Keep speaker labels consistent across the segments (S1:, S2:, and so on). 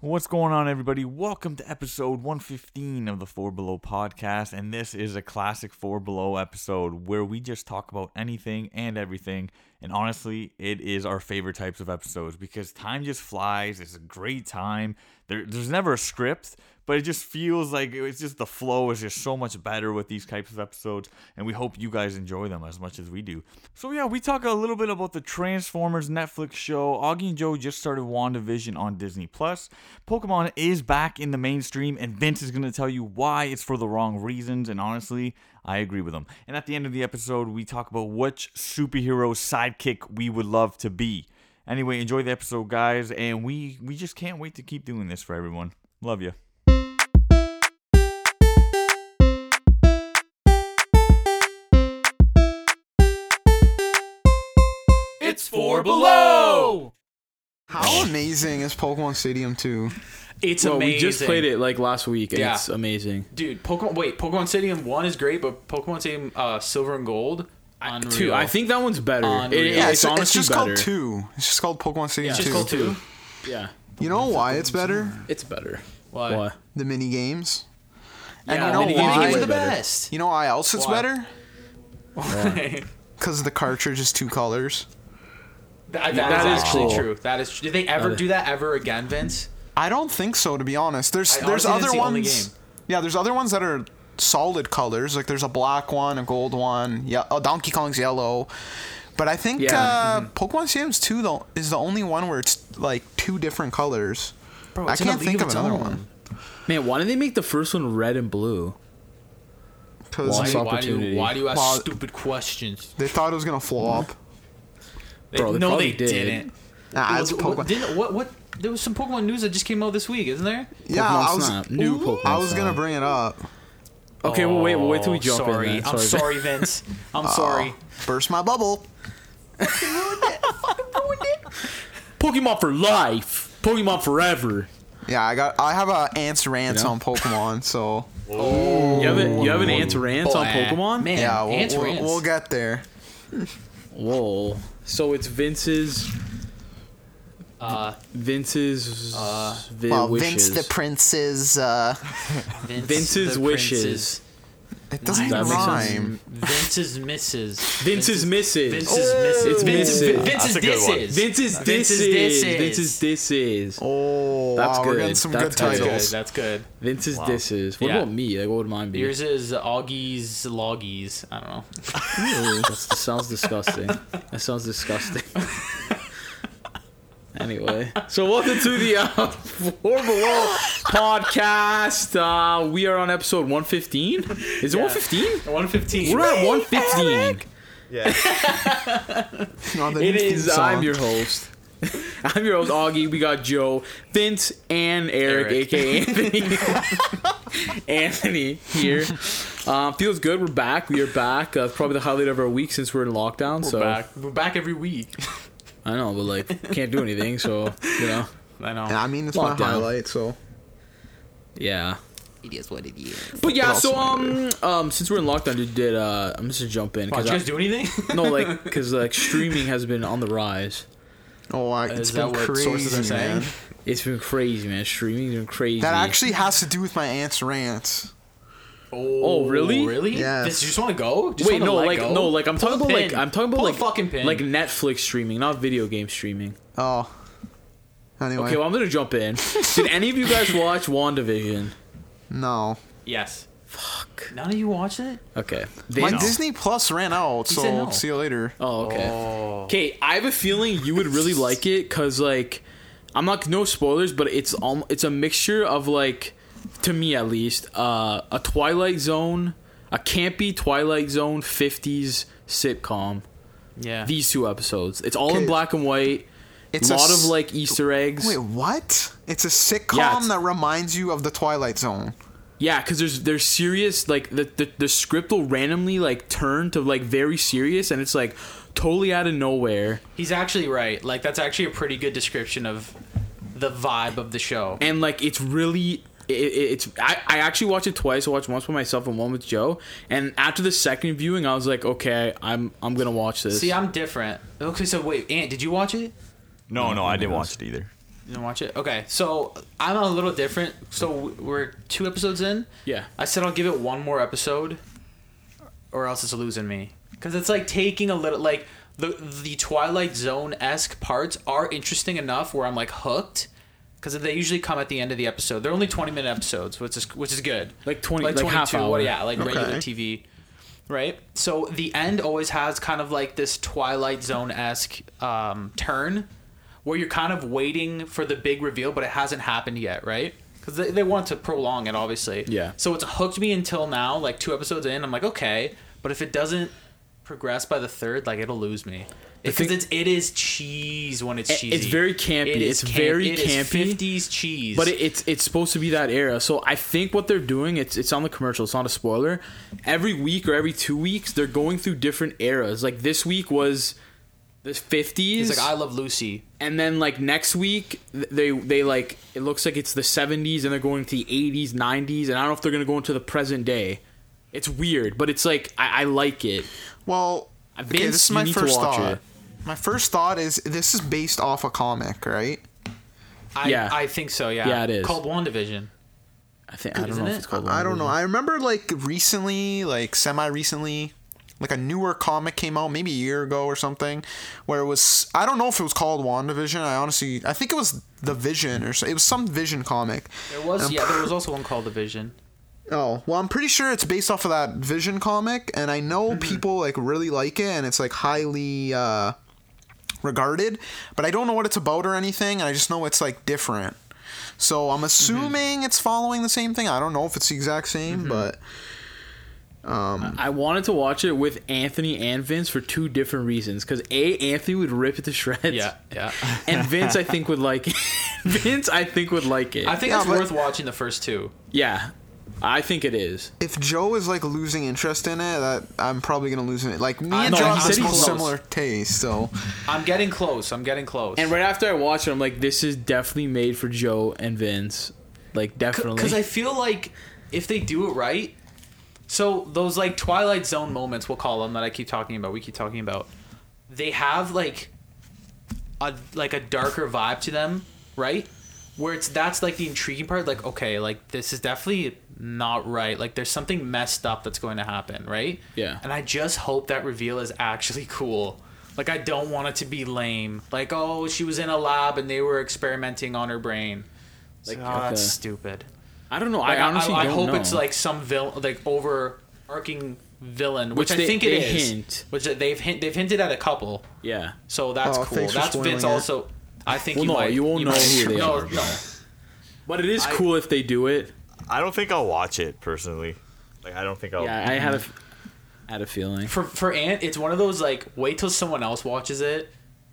S1: What's going on, everybody? Welcome to episode 115 of the Four Below podcast. And this is a classic Four Below episode where we just talk about anything and everything. And honestly, it is our favorite types of episodes because time just flies. It's a great time. There, there's never a script, but it just feels like it's just the flow is just so much better with these types of episodes. And we hope you guys enjoy them as much as we do. So, yeah, we talk a little bit about the Transformers Netflix show. Augie and Joe just started WandaVision on Disney Plus. Pokemon is back in the mainstream, and Vince is going to tell you why it's for the wrong reasons. And honestly, I agree with him. And at the end of the episode, we talk about which superhero sidekick we would love to be. Anyway, enjoy the episode, guys, and we we just can't wait to keep doing this for everyone. Love you.
S2: It's four below.
S3: How amazing is Pokemon Stadium 2?
S2: It's
S4: Well,
S2: amazing.
S4: we just played it like last week, and
S2: Yeah.
S4: it's amazing.
S2: dude. Pokemon. Wait, Pokemon Stadium One is great, but Pokemon Stadium uh, Silver and Gold. Unreal.
S4: Two, I think that one's better.
S2: Unreal.
S4: It-
S2: Yeah,
S4: it's, honestly
S3: just
S4: better.
S3: called 2. It's just called Pokemon Stadium
S2: it's
S3: 2.
S2: just called two.
S4: Yeah,
S3: You know why it's better?
S4: it's better.
S2: Why?
S4: Why?
S3: The mini games. And
S2: Yeah,
S3: you know
S2: mini games
S3: why?
S2: are the
S4: Way better.
S2: best.
S3: You know why else it's
S2: Why?
S3: better? Because the cartridge is two colors.
S2: That- that
S4: That
S2: is
S4: is
S2: actually
S4: cool.
S2: true. That is. tr- Did they ever do that ever again, Vince?
S3: I don't think so, to be honest. There's
S2: I
S3: there's
S2: honestly didn't
S3: other
S2: see
S3: ones.
S2: only game.
S3: Yeah, there's other ones that are solid colors. Like there's a black one, a gold one. Yeah, oh, Donkey Kong's yellow. But I think
S4: Yeah.
S3: uh,
S2: Mm-hmm.
S3: Pokemon Stadium's two though is the only one where it's like two different colors.
S2: Bro,
S3: I
S2: it's in a
S3: can't
S2: league
S3: think
S2: of
S3: of
S2: its
S3: another
S2: own.
S3: one.
S4: Man, why did they make the first one red and blue?
S3: 'Cause
S4: Why?
S2: Why, why
S4: Lost
S2: do you,
S4: opportunity.
S2: why do you ask
S3: Well-
S2: stupid questions?
S3: They thought it was gonna flop.
S2: They,
S4: Bro, they
S2: no,
S4: probably
S2: they
S4: did.
S2: didn't.
S3: Nah,
S2: Well,
S3: it's
S2: what-
S3: Pokemon.
S2: didn't- what? What? There was some Pokemon news that just came out this week, isn't there?
S3: Yeah,
S4: Pokemon
S3: I was
S4: Snap. New Pokemon
S3: I was
S4: Snap.
S3: gonna bring it up.
S4: Okay, well, wait, wait till we jump
S2: sorry.
S4: in. then.
S2: I'm sorry, Vince. I'm sorry.
S3: Oh, Burst my bubble.
S4: Pokemon for life. Pokemon forever.
S3: Yeah, I got. I have a ants rants
S4: Yeah.
S3: on Pokemon. So
S4: you have a, you have an ant rant on
S2: Boy.
S4: Pokemon?
S2: Man,
S3: yeah, we'll,
S2: ants
S3: we'll,
S2: rants.
S3: we'll get there.
S4: Whoa. So it's Vince's
S2: uh,
S4: Vince's vi-
S3: Well, Vince
S4: wishes.
S3: the Prince's. Uh,
S2: Vince
S4: Vince's
S2: the
S4: wishes.
S2: Prince's-
S3: it doesn't
S4: That makes
S3: rhyme.
S2: Vince's misses.
S4: Vince's misses.
S2: Vince's misses.
S4: It's
S2: Vince's
S4: misses.
S2: Vince's
S1: That's a good one.
S2: disses.
S4: Vince's this
S2: Vince's
S4: is.
S2: disses.
S4: Vince's this is.
S3: Oh,
S4: That's
S3: wow, we're
S4: good.
S3: getting some
S4: That's
S3: good
S4: good.
S2: That's good.
S3: titles.
S2: That's good.
S4: Vince's this is. What
S2: Yeah.
S4: about me? Like, what would mine be?
S2: Yours is Augie's Loggies. I don't know.
S4: Ew, that's- that sounds disgusting. That sounds disgusting. anyway, so welcome to the uh, Four Below podcast. Uh, we are on episode 115. Is it 115?
S2: 115.
S4: We're at 115.
S3: On the new
S4: It is.
S3: theme song.
S4: I'm your host. I'm your host, Augie. We got Joe, Vince, and Eric,
S2: Eric.
S4: aka Anthony. Anthony here. Um, feels good. We're back. We are back. Uh, probably the highlight of our week since we're in lockdown.
S2: We're
S4: so
S2: back. We're back every week.
S4: I know, but like can't do anything, so you know.
S2: I know.
S3: I mean, it's
S4: Lockdown.
S3: my highlight. So
S4: Yeah.
S5: It is what it is.
S4: But yeah,
S3: What else
S4: so um
S3: am
S4: um since we're in lockdown, did, did uh I'm just gonna jump in
S2: Wow, did you guys
S4: because
S2: do anything?
S4: no like because like streaming has been on the rise.
S3: oh, I, it's
S2: Is that
S3: been
S2: what sources are
S3: crazy,
S2: saying?
S3: man.
S4: It's been crazy, man. Streaming's been crazy.
S3: That actually has to do with my ants rants.
S4: Oh, really?
S2: Really?
S3: Yes.
S2: Vince, you just want to go? Just
S4: Wait,
S2: wanna
S4: no,
S2: let
S4: like
S2: go?
S4: no, like I'm
S2: Pull
S4: talking
S2: a
S4: about like
S2: pin.
S4: I'm talking about
S2: Pull a
S4: like
S2: fucking pin.
S4: like Netflix streaming, not video game streaming.
S3: Oh. Anyway,
S4: Okay, well I'm gonna jump in. did any of you guys watch WandaVision?
S3: no.
S2: yes. Fuck. None of you watch it?
S4: Okay.
S3: My
S4: Vince?
S3: Disney Plus ran out,
S2: He
S3: so
S2: said no.
S3: see you later.
S4: Oh, okay.
S2: Oh.
S4: Okay, I have a feeling you would really like it because like I'm not no spoilers, but it's um it's a mixture of like to me at least uh, a Twilight Zone, a campy Twilight Zone '50s sitcom.
S2: Yeah.
S4: These two episodes, it's all
S3: Okay.
S4: in black and white.
S3: It's
S4: a lot
S3: s-
S4: of like Easter eggs.
S3: Wait, what? It's a sitcom
S4: Yeah, it's-
S3: that reminds you of the Twilight Zone.
S4: Yeah, because there's there's serious like the, the the script will randomly like turn to like very serious, and it's like totally out of nowhere.
S2: He's actually right. Like that's actually a pretty good description of the vibe of the show.
S4: and like it's really it, it- it's I, I actually watched it twice i watched once by myself and one with joe and after the second viewing i was like okay i'm i'm gonna watch this
S2: See, I'm different. Okay, so wait, Ant, did you watch it?
S1: No, no, I didn't watch it either.
S2: You didn't watch it? Okay, so I'm a little different. So we're two episodes in.
S4: Yeah.
S2: I said I'll give it one more episode, or else it's losing me. Because it's like taking a little like the the Twilight Zone esque parts are interesting enough where I'm like hooked. Because they usually come at the end of the episode. They're only 20 minute episodes, which is which is good.
S4: Like 20 like half hour.
S2: yeah, like regular
S3: Okay.
S2: TV. Right. So the end always has kind of like this Twilight Zone esque um, turn, where you're kind of waiting for the big reveal, but it hasn't happened yet, right? Because they, they want to prolong it, obviously.
S4: Yeah.
S2: So it's hooked me until now, like two episodes in. I'm like, okay, but if it doesn't progress by the third, like it'll lose me. Because
S4: thing-
S2: it's it is cheese when it's
S4: It-
S2: cheesy.
S4: it's very campy. It's very campy.
S2: Fifties cheese.
S4: But it, it's it's supposed to be that era. So I think what they're doing it's it's on the commercial. It's not a spoiler. Every week or every two weeks, they're going through different eras. Like this week was the fifties,
S2: it's like I love Lucy.
S4: and then like next week th- they they like it looks like it's the seventies, and they're going to the eighties, nineties, and I don't know if they're gonna go into the present day. It's weird, but it's like I, I like it.
S3: Well,
S4: Uh, Vince,
S3: okay, this is
S4: you
S3: my
S4: need to
S3: first
S4: watch
S3: thought.
S4: it.
S3: My first thought is this is based off a comic, right?
S2: I,
S4: Yeah.
S2: I think so. Yeah,
S4: Yeah, it is.
S2: called WandaVision.
S4: I think I don't
S2: Isn't
S4: know
S2: it?
S4: if it's called.
S3: I don't know.
S4: WandaVision.
S3: I remember like recently, like semi recently, like a newer comic came out maybe a year ago or something, where it was I don't know if it was called WandaVision. I honestly I think it was the Vision or so, it was some Vision comic.
S2: There was
S3: Um,
S2: yeah, there was also one called The Vision.
S3: Oh well, I'm pretty sure it's based off of that Vision comic, and I know
S2: Mm-hmm.
S3: people like really like it, and it's like highly uh, regarded. But I don't know what it's about or anything, and I just know it's like different. So
S2: Mm-hmm.
S3: I'm assuming it's following the same thing. I don't know if it's the exact same,
S2: Mm-hmm.
S3: but
S4: I wanted to watch it with Anthony and Vince for two different reasons. Because a Anthony would rip it to shreds.
S2: yeah.
S4: and Vince I think would like it. Vince I think would like it.
S2: I think
S3: Yeah,
S2: it's
S3: but-
S2: worth watching the first two.
S4: yeah. I think it is.
S3: if Joe is like losing interest in it, that I'm probably gonna lose it. Like me
S2: I-
S3: and
S2: no,
S3: Joe
S2: he
S3: have
S2: said
S3: this
S2: he
S3: most
S2: closed.
S3: similar taste, so
S2: I'm getting close. I'm getting close.
S4: And right after I watched it, I'm like, this is definitely made for Joe and Vince. Like definitely.
S2: because I feel like if they do it right, so those like Twilight Zone moments, we'll call them that I keep talking about. We keep talking about. They have like a like a darker vibe to them, right? Where it's that's like the intriguing part. Like okay, like this is definitely not right. Like there's something messed up that's going to happen, right?
S4: Yeah.
S2: And I just hope that reveal is actually cool. Like I don't want it to be lame. Like oh, she was in a lab and they were experimenting on her brain. Like
S4: Like,
S2: oh, that's
S4: okay.
S2: stupid.
S4: I don't know.
S2: Like,
S4: I
S2: I
S4: honestly
S2: I,
S4: don't
S2: hope
S4: know.
S2: it's like some villain, like overarching villain, which,
S4: Which
S2: I
S4: they-
S2: think it is.
S4: they hint.
S2: Which they've hint, they've hinted at a couple,
S4: yeah.
S2: so that's
S3: Oh,
S2: cool.
S3: thanks for
S2: That's Vince
S3: spoiling it.
S2: also. I think
S4: Well,
S2: you
S4: no,
S2: might.
S4: you won't know
S2: might-
S4: who they
S2: no,
S4: are.
S2: No,
S4: But it is
S2: I-
S4: cool if they do it.
S1: I don't think I'll watch it personally. Like I don't think I'll. Mm.
S4: Yeah, I
S2: Oh.
S4: had a, I had a feeling.
S2: For for Ant, it's one of those like wait till someone else watches it,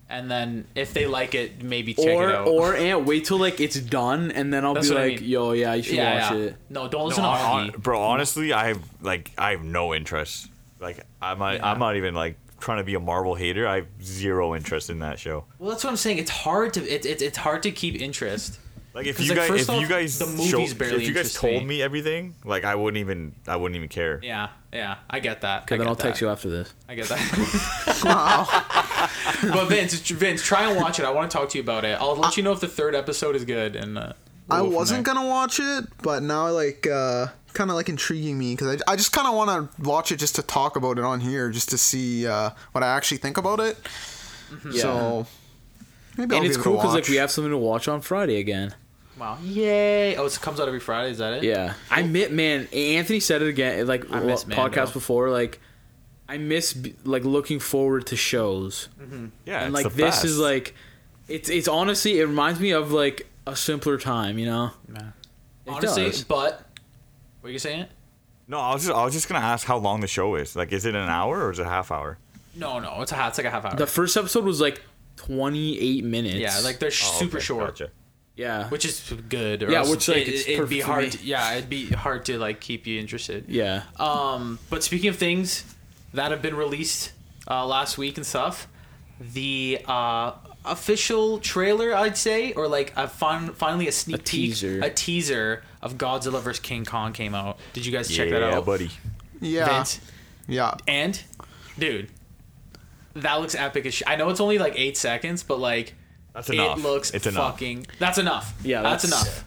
S2: and then if they like it, maybe check
S4: or
S2: it out.
S4: or and wait till like it's done and then I'll
S2: That's
S4: be
S2: what I
S4: like,
S2: mean.
S4: yo, yeah, you should
S2: yeah,
S4: watch
S2: yeah.
S4: it.
S2: No, don't
S1: No,
S2: listen to
S1: hon-
S2: Arnie.
S1: hon- bro, honestly, I have like I have no interest. Like I'm not, I'm not even like trying to be a Marvel hater. I have zero interest in that show.
S2: Well, that's what I'm saying. It's hard to it, it, it's hard to keep interest.
S1: Like if
S2: 'Cause,
S1: you
S2: like,
S1: guys
S2: first
S1: if
S2: off,
S1: you guys
S2: the
S1: show-
S2: movies barely
S1: if you guys
S2: interest
S1: told
S2: me.
S1: me everything, like I wouldn't even I wouldn't even care.
S2: Yeah, yeah, I get that. I
S4: Okay, then
S2: get
S4: I'll
S2: that.
S4: text you after this.
S2: I get that.
S3: wow.
S2: But Vince, Vince, try and watch it. I want to talk to you about it. I'll let you know if the third episode is good. And uh,
S3: I wasn't gonna watch it, but now like uh, kind of like intriguing me because I, I just kind of want to watch it just to talk about it on here, just to see uh, what I actually think about it.
S2: Hmm.
S4: Yeah.
S3: So maybe I'll
S4: and it's
S3: give
S4: cool
S3: it a watch.
S4: because like we have something to watch on Friday again.
S2: Wow! Yay! Oh, it comes out every Friday. Is that it?
S4: Yeah, I miss man. Anthony said it again, like
S2: I miss
S4: lo- podcast
S2: Mando.
S4: before. Like, I miss b- like looking forward to shows,
S1: Yeah,
S4: and
S1: it's
S4: like
S1: the
S4: this
S1: best.
S4: is like, it's it's honestly it reminds me of like a simpler time, you know. It
S2: Honestly,
S4: does.
S2: but what are you saying?
S1: no. I was just I was just gonna ask how long the show is. Like, is it an hour or is it a half hour?
S2: No, no, it's a half. It's like a half hour.
S4: The first episode was like twenty eight minutes.
S2: yeah, like they're
S1: Oh,
S2: super
S1: okay,
S2: short,
S1: gotcha.
S4: yeah,
S2: which is good. Or
S4: Yeah,
S2: else
S4: which, like,
S2: it,
S4: it's
S2: it'd be
S4: perfect for
S2: hard.
S4: me.
S2: To, yeah, it'd be hard to like keep you interested.
S4: yeah. Oh,
S2: Um, but speaking of things that have been released uh, last week and stuff, the uh, official trailer, I'd say, or like a fin- finally a sneak
S4: A
S2: peek,
S4: teaser.
S2: a teaser of Godzilla vs King Kong came out. Did you guys check that
S1: Yeah,
S2: out?
S1: buddy.
S3: yeah,
S2: Vince?
S3: yeah.
S2: And, dude, that looks epic as sh- I know it's only like eight seconds, but like
S1: That's enough.
S2: It looks
S1: it's enough.
S2: fucking. That's enough.
S4: Yeah,
S2: that's,
S4: that's-
S2: enough.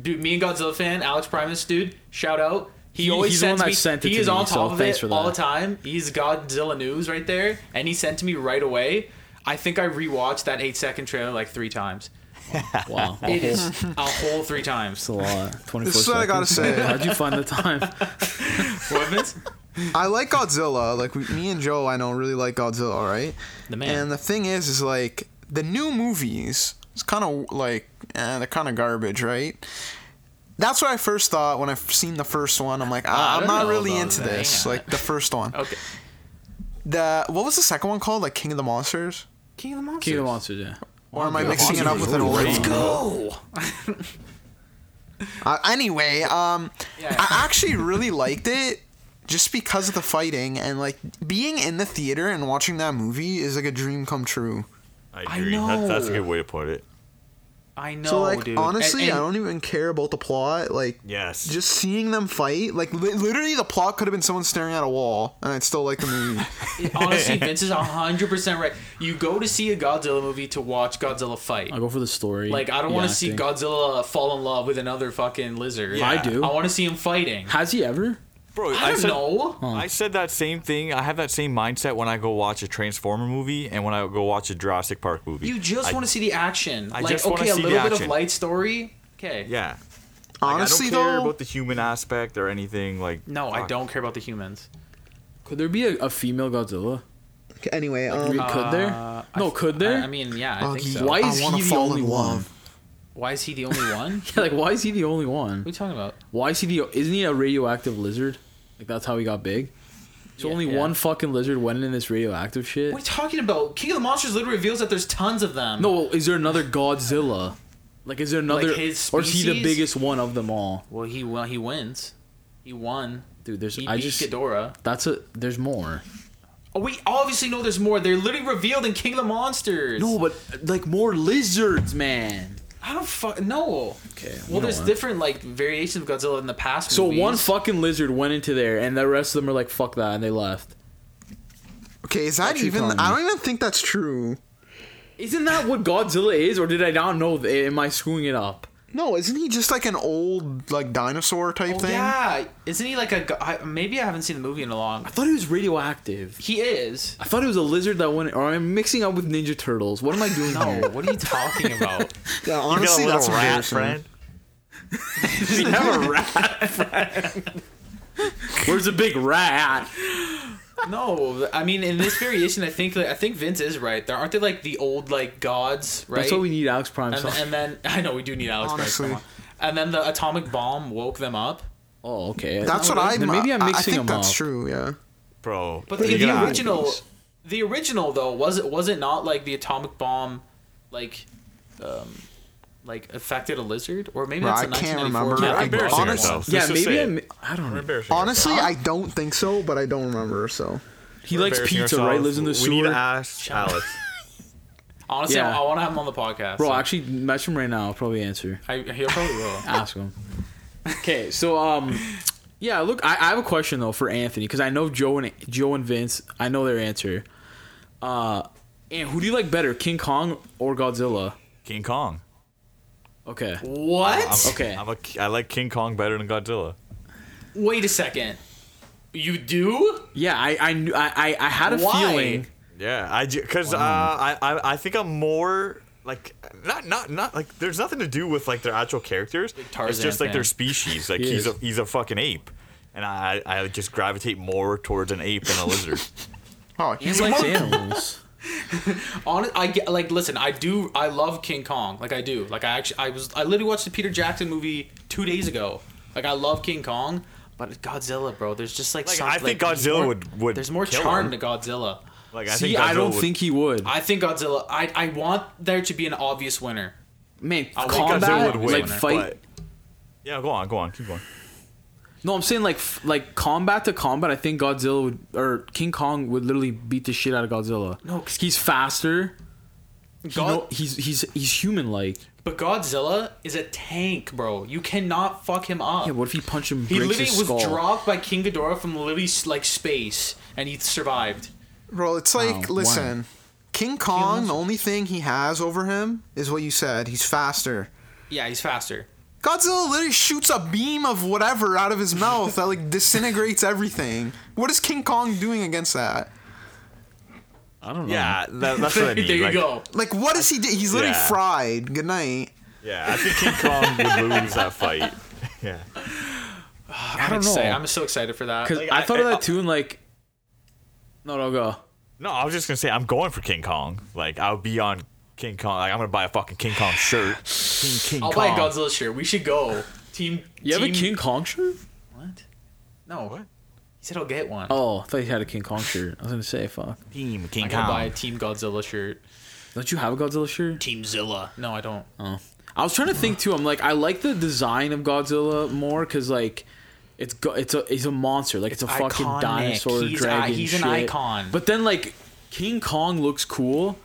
S2: Dude, me and Godzilla fan, Alex Primus, dude, shout out. He,
S4: He-
S2: always
S4: he's the one
S2: sends
S4: that
S2: me.
S4: sent it
S2: he
S4: to
S2: is
S4: me,
S2: on top
S4: so
S2: of
S4: thanks
S2: it
S4: for
S2: all the
S4: that.
S2: time. He's Godzilla news right there, and he sent to me right away. I think I rewatched that eight second trailer like three times.
S4: Wow.
S2: It is
S4: Hmm.
S2: a whole three times.
S4: It's a lot. 24
S3: This is what I gotta
S4: seconds.
S3: say.
S4: How'd you find the time?
S2: Women's?
S3: I like Godzilla. Like we, me and Joe, I know really like Godzilla, right?
S2: The man.
S3: And the thing is, is like the new movies. It's kind of like eh, they're kind of garbage, right? That's what I first thought when I f- seen the first one. I'm like,
S2: I
S3: I, I'm
S2: don't
S3: not
S2: know
S3: really
S2: about
S3: into
S2: that.
S3: this.
S2: Yeah.
S3: Like the first one.
S2: Okay.
S3: The what was the second one called? Like King of the Monsters?
S2: King of the Monsters.
S4: King of the Monsters, yeah.
S3: Or am I mixing it up with an old
S1: Let's
S3: one?
S2: Oh, Go.
S3: Uh, anyway, um,
S2: Yeah.
S3: I actually really liked it just because of the fighting and like being in the theater and watching that movie is like a dream come true.
S2: I
S1: I agree. That's, that's a
S2: know.
S1: good way to put it.
S2: I know,
S1: Oh,
S3: so like
S2: dude.
S3: honestly,
S2: And- and-
S3: I don't even care about the plot. Like
S1: Yes.
S3: just seeing them fight, like li- literally the plot could have been someone staring at a wall, and I'd still like the movie.
S2: Honestly, Vince is hundred percent right. You go to see a Godzilla movie to watch Godzilla fight.
S1: Oh,
S4: I'll go for the story.
S2: Like I don't
S4: the
S2: want to see
S4: acting.
S2: Godzilla fall in love with another fucking lizard.
S1: Yeah.
S4: I do.
S2: I want to see him fighting.
S4: Has he ever?
S1: Bro,
S2: I don't
S1: said,
S2: know.
S1: I said that same thing. I have that same mindset when I go watch a Transformer movie and when I go watch a Jurassic Park movie.
S2: You
S1: I-
S2: just want to see the action.
S1: I
S2: like
S1: just wanna
S2: okay, a
S1: see the
S2: little bit of
S1: action.
S2: light story. Okay.
S1: Yeah. Like,
S3: Honestly
S1: I don't care
S3: though,
S1: about the human aspect or anything like.
S2: No, I
S1: fuck.
S2: don't care about the humans.
S4: Could there be a, a female Godzilla?
S3: Okay, anyway,
S4: Re-
S3: um,
S4: could there?
S2: Uh,
S4: No,
S2: I-
S4: could there?
S2: I, I mean, yeah, I
S3: Oh,
S2: think
S3: he-
S2: so.
S4: Why
S3: I
S4: is
S3: wanna
S4: he the
S3: fall
S4: only
S3: in
S4: one?
S3: love.
S2: Why is he the only one?
S4: Yeah, like why is he the only one?
S2: What are you talking about?
S4: Why is he the? Isn't he a radioactive lizard? Like that's how he got big. So
S2: Yeah,
S4: only
S2: yeah.
S4: one fucking lizard went in this radioactive shit.
S2: What are you talking about? King of the Monsters literally reveals that there's tons of them.
S4: No, well, is there another Godzilla? Like, is there another?
S2: his
S4: or is he the
S2: species?
S4: biggest one of them all?
S2: Well, he well, he wins. He won.
S4: Dude, there's.
S2: He
S4: I
S2: beat
S4: just.
S2: Ghidorah.
S4: That's a. There's more.
S2: Oh, we obviously know there's more. They're literally revealed in King of the Monsters.
S4: No, but like more lizards, man.
S2: I don't fuck no.
S4: Okay. you know
S2: Well, there's
S4: what?
S2: different like variations of Godzilla in the past.
S4: So
S2: movies.
S4: one fucking lizard went into there, and the rest of them are like, "Fuck that," and they left.
S3: okay, is that
S4: What you
S3: even?
S4: telling
S3: I don't even think that's true.
S4: Isn't that what Godzilla is, or did I not know? That? Am I screwing it up?
S3: No, isn't he just like an old like dinosaur type
S2: Oh,
S3: thing?
S2: Yeah, isn't he like a? go- I, maybe I haven't seen the movie in a long.
S4: I thought he was radioactive.
S2: He is.
S4: I thought it was a lizard that went. Or I'm mixing up with Ninja Turtles. Oh, What am I doing?
S2: No,
S4: here?
S2: what are you talking about?
S3: Yeah,
S1: You got a
S3: honestly,
S1: little
S3: that's
S1: rat
S3: embarrassing.
S1: friend.
S4: Does he have a rat? Where's the big rat?
S2: no, I mean in this variation, I think I think Vince is right. There aren't they like the old like gods, right?
S4: That's what we need, Alex Prime.
S2: and,
S4: song.
S2: and then I know we do need Alex. Price,
S3: Honestly.
S2: come on. And then the atomic bomb woke them up.
S4: oh, okay.
S3: That's what
S4: Then
S3: I'm. uh,
S4: Maybe I'm
S3: I- I
S4: mixing
S3: think
S4: them
S3: that's
S4: up.
S3: true. Yeah.
S1: Bro.
S2: But the,
S1: you
S2: the
S1: gotta-
S2: original,
S3: these.
S2: the original though was it was it not like the atomic bomb, like, um, like affected a lizard or maybe
S3: Bro,
S2: that's a
S3: I can't
S2: 1994
S3: remember.
S1: We're
S3: I-
S2: Atomic Bomb.
S1: embarrassing
S3: honest-
S1: ourselves.
S4: Yeah,
S1: Let's just
S4: maybe
S1: say
S4: I'm.
S1: it.
S4: I Hmm. don't
S1: We're
S4: know.
S1: embarrassing
S3: Honestly, I don't think so, but I don't remember. So
S4: He
S1: We're
S4: likes
S1: embarrassing
S4: pizza, right?
S1: ourselves.
S4: Lives in the
S1: We need
S4: sewer.
S1: to ask Alex.
S2: Honestly,
S4: Yeah.
S2: I, want to have him on the podcast.
S4: Bro,
S2: So
S4: actually, match him right now. I'll probably answer.
S2: I, he'll probably will.
S4: Ask him. Okay, so um, yeah. Look, I, I have a question though for Anthony because I know Joe and Joe and Vince. I know their answer. Uh, and who do you like better, King Kong or Godzilla?
S1: King Kong.
S4: Okay.
S2: What?
S1: I'm,
S4: Okay.
S1: I'm a, I like King Kong better than Godzilla.
S2: Wait a second. You do?
S4: Yeah, I I knew, I, I, I had a
S2: Why?
S4: feeling.
S1: Yeah, I because uh, I, I I think I'm more like not not not like there's nothing to do with like their actual characters. it's
S2: Tarzan
S1: just like
S2: fan.
S1: their species. Like
S4: He
S1: he's a
S4: is.
S1: he's a fucking ape, and I I just gravitate more towards an ape than a lizard.
S3: oh, he's
S2: And,
S3: a
S2: like,
S4: It's animals.
S2: Honest, I get like listen. I do. I love King Kong. Like I do. Like I actually, I was. I literally watched the Peter Jackson movie two days ago. Like I love King Kong, but Godzilla, bro. There's just like,
S1: Like,
S2: some-
S1: I think
S2: there's
S1: Godzilla
S2: more-
S1: would- would
S2: There's more
S1: kill
S2: charm
S1: him.
S2: to Godzilla.
S1: Like I
S4: See,
S1: think
S4: I,
S1: Godzilla
S4: don't
S1: would-
S4: think he would.
S2: I think Godzilla. I I want there to be an obvious winner.
S4: Man,
S2: I think
S1: Godzilla
S4: combat,
S1: would win,
S4: like fight.
S1: but- yeah, go on, go on, keep going.
S4: No, I'm saying like f- like combat to combat. I think Godzilla would or King Kong would literally beat the shit out of Godzilla.
S2: No, 'cause-
S4: because he's faster. He
S2: God-
S4: know- he's he's he's human like.
S2: But Godzilla is a tank, bro. You cannot fuck him up.
S4: Yeah, what if he punched him?
S2: Oh. he
S4: breaks
S2: literally
S4: his
S2: was
S4: skull?
S2: dropped by King Ghidorah from literally like space, and he survived.
S3: Bro, it's like
S4: Wow,
S3: listen,
S4: wow.
S3: King Kong, the only thing he has over him is what you said. He's faster.
S2: Yeah, he's faster.
S3: Godzilla literally shoots a beam of whatever out of his mouth that like disintegrates everything. What is King Kong doing against that?
S4: I don't know.
S5: Yeah, that, that's what I mean.
S2: there you
S5: like,
S2: go.
S3: Like what is he do? He's literally
S5: Yeah.
S3: fried. Good night.
S5: Yeah, I think King Kong would lose that fight. Yeah.
S4: I don't
S2: Excited.
S4: know.
S2: I'm so excited for that.
S4: Because
S5: Like,
S4: I,
S5: I-
S4: thought of
S5: I-
S4: that too, and like, no, no, go.
S5: No, I was just gonna say I'm going for King Kong. Like I'll be on King Kong. Like I'm gonna buy a fucking King Kong shirt. King King
S2: I'll buy
S5: Kong.
S2: a Godzilla shirt. We should go. Team.
S4: You have
S2: team,
S4: a King Kong shirt?
S2: What? No. What? He said I'll get one.
S4: Oh, I thought you had a King Kong shirt. I was gonna say, fuck.
S5: Team King
S2: I'm gonna
S5: Kong.
S2: buy a Team Godzilla shirt.
S4: Don't you have a Godzilla shirt?
S2: Team Zilla. No, I don't.
S4: Oh. I was trying to think too. I'm like, I like the design of Godzilla more because like, it's go- it's a he's a monster. Like it's,
S2: It's
S4: a fucking
S2: iconic.
S4: dinosaur
S2: He's i-
S4: dragon.
S2: he's an
S4: shit.
S2: icon.
S4: But then like, King Kong looks cool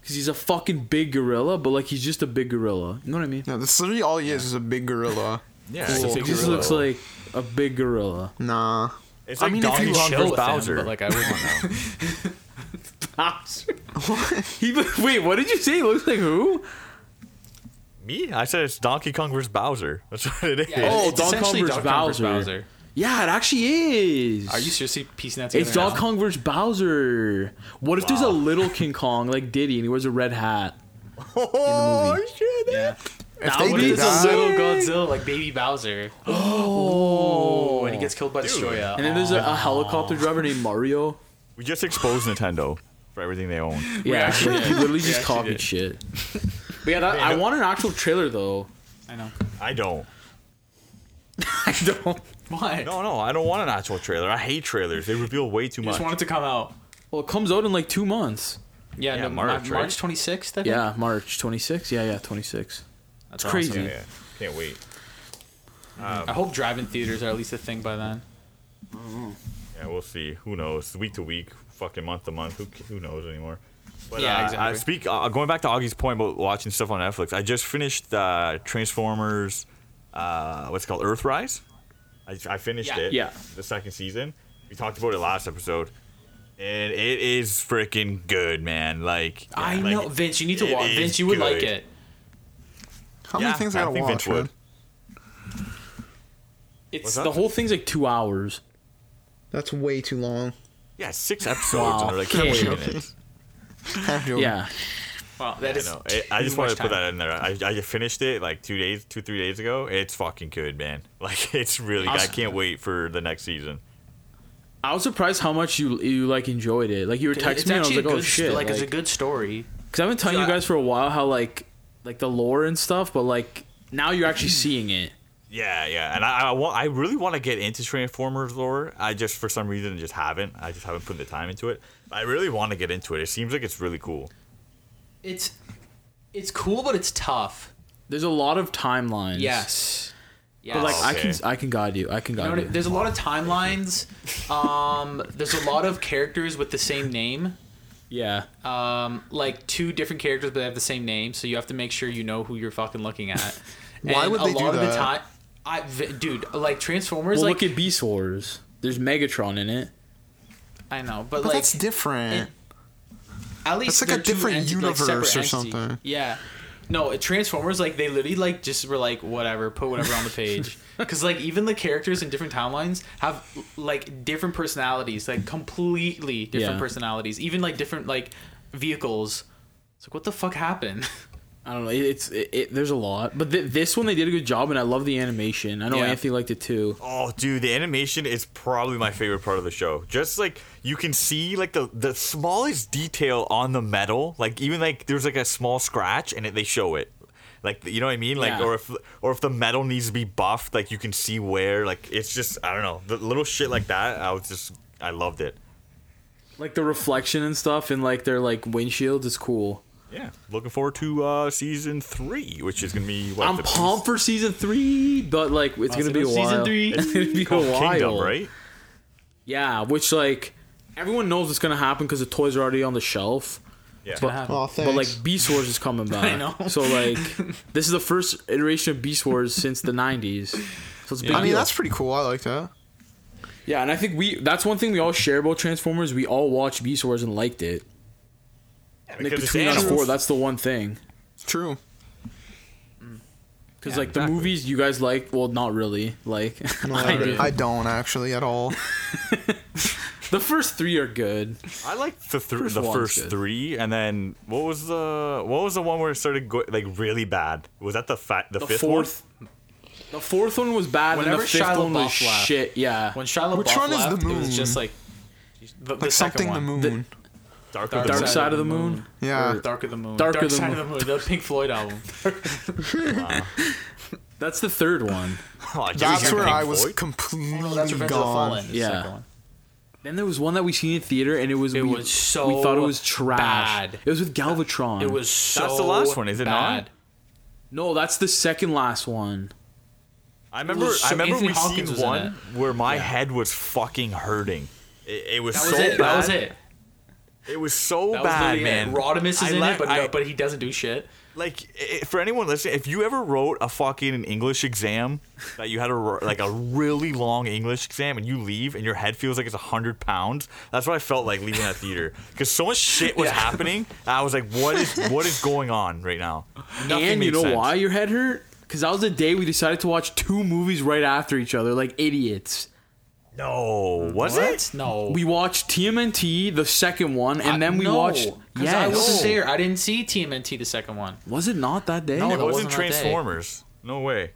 S4: because he's a fucking big gorilla. But like, he's just a big gorilla. You know what I mean?
S3: No, that's literally all he is is a big gorilla.
S5: yeah,
S4: Cool.
S5: it's a
S4: He
S5: big
S4: just
S5: gorilla.
S4: looks like a big gorilla.
S3: Nah.
S5: It's
S3: I
S5: like
S3: mean, if
S5: Donkey
S3: you
S5: Kong
S2: Chill
S5: versus
S2: with them,
S5: Bowser.
S2: but like I wouldn't know.
S4: He wait, what did you say? He looks like who?
S5: Me? I said it's Donkey Kong versus Bowser. That's what it is.
S2: Yeah,
S4: Oh,
S2: it's
S4: Donkey Kong
S2: essentially
S4: versus Bowser. Yeah, it actually is.
S2: Are you seriously piecing that together?
S4: It's Donkey
S2: now?
S4: Kong versus Bowser. What if there's a
S5: Wow.
S4: little King Kong like Diddy and he wears a red hat?
S5: Oh shit!
S2: Yeah.
S3: If
S4: they
S3: they
S2: What
S3: do
S4: do
S2: if it's a
S3: that,
S2: little Godzilla like Baby Bowser? Oh, and he gets killed by Destroyer.
S4: And then there's a, a helicopter driver named Mario.
S5: We just exposed Nintendo for everything they own.
S4: Yeah, he
S2: actually did.
S4: literally
S2: We
S4: just
S2: actually
S4: copied
S2: did.
S4: shit. But yeah, that, I want an actual trailer though.
S2: I know.
S5: I don't.
S4: I don't.
S2: What?
S5: No, no, I don't want an actual trailer. I hate trailers. They reveal way too
S2: I
S5: much.
S2: just want it to come out.
S4: Well, it comes out in like two months.
S2: Yeah,
S5: Yeah,
S2: no,
S5: March,
S2: March,
S5: right?
S2: March 26th. I think?
S4: Yeah, March 26th. Yeah, yeah, 26th.
S2: that's
S4: crazy.
S5: yeah, yeah. Can't wait.
S2: I hope drive-in theaters are at least a thing by then.
S5: Yeah, we'll see. Who knows? Week to week, fucking month to month. Who who knows anymore? But,
S2: Yeah,
S5: uh,
S2: exactly.
S5: I speak uh, going back to Augie's point about watching stuff on Netflix. I just finished uh, Transformers. Uh, what's it called Earthrise? I, I finished
S2: Yeah.
S5: it.
S4: Yeah.
S5: The second season. We talked about it last episode, and it is freaking good, man. Like
S2: I
S5: like,
S2: know, Vince. You need to
S5: it
S2: watch.
S5: is
S2: Vince, you would like
S5: good.
S2: it.
S3: how many
S5: yeah,
S3: things
S5: I
S3: I gotta
S5: think Vince
S3: watch, man?
S5: would.
S4: It's
S5: What's that?
S4: the whole thing's like two hours.
S3: That's way too long.
S5: Yeah, six episodes.
S4: Wow.
S5: and they're like, "Can't
S4: Okay.
S5: wait a minute."
S4: Yeah,
S2: Wow, that is.
S5: I know. It- I just
S2: too much
S5: wanted to put
S2: time.
S5: that in there. I, I just finished it like two days, two three days ago. It's fucking good, man. Like it's really. I
S2: Awesome.
S5: can't wait for the next season.
S4: I was surprised how much you you like enjoyed it. Like you were texting
S2: It's
S4: me, and I
S2: actually a
S4: was like,
S2: good.
S4: "Oh shit!"
S2: like, it's a good story.
S4: Because I've been telling you
S2: So I-
S4: guys for a while how like like the lore and stuff, but like now you're actually seeing it.
S5: Yeah, yeah. And I I, want, I really want to get into Transformers lore. I just for some reason just haven't. I just haven't put the time into it. I really want to get into it. It seems like it's really cool.
S2: It's, it's cool, but it's tough.
S4: There's a lot of timelines.
S2: Yes. Yes.
S4: But like I
S5: Okay.
S4: can I can guide you. I can
S2: You know
S4: guide
S2: what
S4: you.
S2: I- there's a lot of timelines. Um, there's a lot of characters with the same name.
S4: yeah.
S2: Um, like two different characters, but they have the same name, so you have to make sure you know who you're fucking looking at.
S3: Why
S2: And
S3: would
S2: a
S3: they do
S2: lot of the
S3: that?
S2: time? I, v- dude, like Transformers,
S4: Well,
S2: like
S4: look at Beast Wars. There's Megatron in it.
S2: I know, but,
S3: But
S2: like
S3: that's different.
S2: it- at least
S3: That's like
S2: they're
S3: a
S2: two
S3: different
S2: enti- like,
S3: universe
S2: separate
S3: or
S2: entity.
S3: something.
S2: Yeah. No, it- Transformers like they literally like just were like whatever, put whatever on the page. Cuz like even the characters in different timelines have like different personalities, like completely different
S4: Yeah.
S2: personalities, even like different like vehicles. It's like what the fuck happened?
S4: I don't know. It, it's it, it, there's a lot, but th- this one they did a good job, and I love the animation. I know
S2: Yeah.
S4: Anthony liked it too.
S5: Oh, dude, the animation is probably my favorite part of the show. Just like you can see like the the smallest detail on the metal, like even like there's like a small scratch and it, they show it. Like you know what I mean? Like
S4: Yeah.
S5: or if or if the metal needs to be buffed, like you can see where. Like it's just I don't know, the little shit like that. I was just I loved it.
S4: Like the reflection and stuff, and like their like windshields is cool.
S5: Yeah, looking forward to uh season three, which is gonna be what
S4: I'm
S5: the-
S4: pumped for season three, but like it's gonna be a
S2: season
S4: while.
S2: three.
S4: It's gonna be a
S5: Called
S4: while,
S5: Kingdom, right?
S4: Yeah, which like everyone knows it's gonna happen because the toys are already on the shelf.
S5: Yeah.
S3: oh, thanks.
S4: But like Beast Wars is coming back.
S2: I know.
S4: So like this is the first iteration of Beast Wars since the '90s. So it's a big
S3: I mean,
S4: deal.
S3: that's pretty cool. I like that.
S4: yeah, and I think we that's one thing we all share about Transformers. We all watched Beast Wars and liked it. Like
S5: because it's
S4: between us
S5: animals.
S4: four, that's the one thing.
S3: True.
S4: Because
S5: Yeah,
S4: like
S5: exactly.
S4: the movies you guys like, well, not really. Like
S3: No,
S4: I
S3: I,
S4: do.
S3: I don't actually at all.
S4: the first three are good.
S5: I liked the thr
S4: First
S5: the
S4: one's
S5: first
S4: good.
S5: three, and then what was the what was the one where it started go- like really bad? Was that the fat the,
S4: The
S5: fifth
S4: fourth, the fourth one was bad, and
S2: Whenever
S4: the fifth
S2: Shia
S4: one was
S2: LaBeouf left.
S4: shit. Yeah,
S2: When Shia LaBeouf
S3: Which one is the
S2: left, it
S3: moon?
S2: was just like the, the
S3: Like something
S2: second
S3: the
S2: one.
S3: moon.
S5: one? Dark,
S2: Dark
S5: of the
S4: Dark
S5: Moon?
S4: Side of the Moon.
S3: yeah.
S4: Or-
S2: Dark of the Moon.
S4: Dark
S2: Dark,
S4: of the
S2: Side
S4: Moon.
S2: of the Moon. The Pink Floyd album.
S4: That's the third one.
S5: Oh, did we
S3: That's
S5: hear
S3: where
S5: Pink
S3: I was
S5: Floyd?
S3: completely
S2: That's Revenge of the
S3: gone.
S2: Fallen. is the
S4: Yeah.
S2: second one.
S4: Then there was one that we seen in theater, and it was
S2: It
S4: we,
S2: was so
S4: we thought it was trash.
S2: bad.
S4: It was with Galvatron.
S2: It was so
S5: That's the last one, is it not?
S2: bad.
S4: no, that's the second last one.
S5: I remember
S2: So
S5: I remember
S2: Anthony
S5: we
S2: Hopkins
S5: seen
S2: was in
S5: one where my head was fucking hurting. It, it was,
S2: That was
S5: so
S2: it.
S5: bad.
S2: That was it.
S5: It was so
S2: That was
S5: bad,
S2: literally it.
S5: man.
S2: Rodimus
S5: I
S2: is in
S5: la-
S2: it, but,
S5: I-
S2: no, but he doesn't do shit.
S5: like i for anyone listening, if you ever wrote a fucking English exam that you had a r- like a really long English exam and you leave and your head feels like it's hundred pounds, that's what I felt like leaving that theater because so much shit was
S2: Yeah.
S5: happening. I was like, what is what is going on right now? Nothing
S4: and you
S5: made
S4: know
S5: sense.
S4: why your head hurt? Because that was the day we decided to watch two movies right after each other, like idiots.
S5: No, was it?
S2: No.
S4: We watched TMNT, the second one, and then we
S2: no,
S4: watched.
S2: 'cause
S4: Yes.
S2: I wasn't there. I didn't see TMNT the second one.
S4: Was it not that day?
S2: No,
S5: It
S2: that
S5: wasn't
S2: wasn't that day.
S5: Transformers. No way.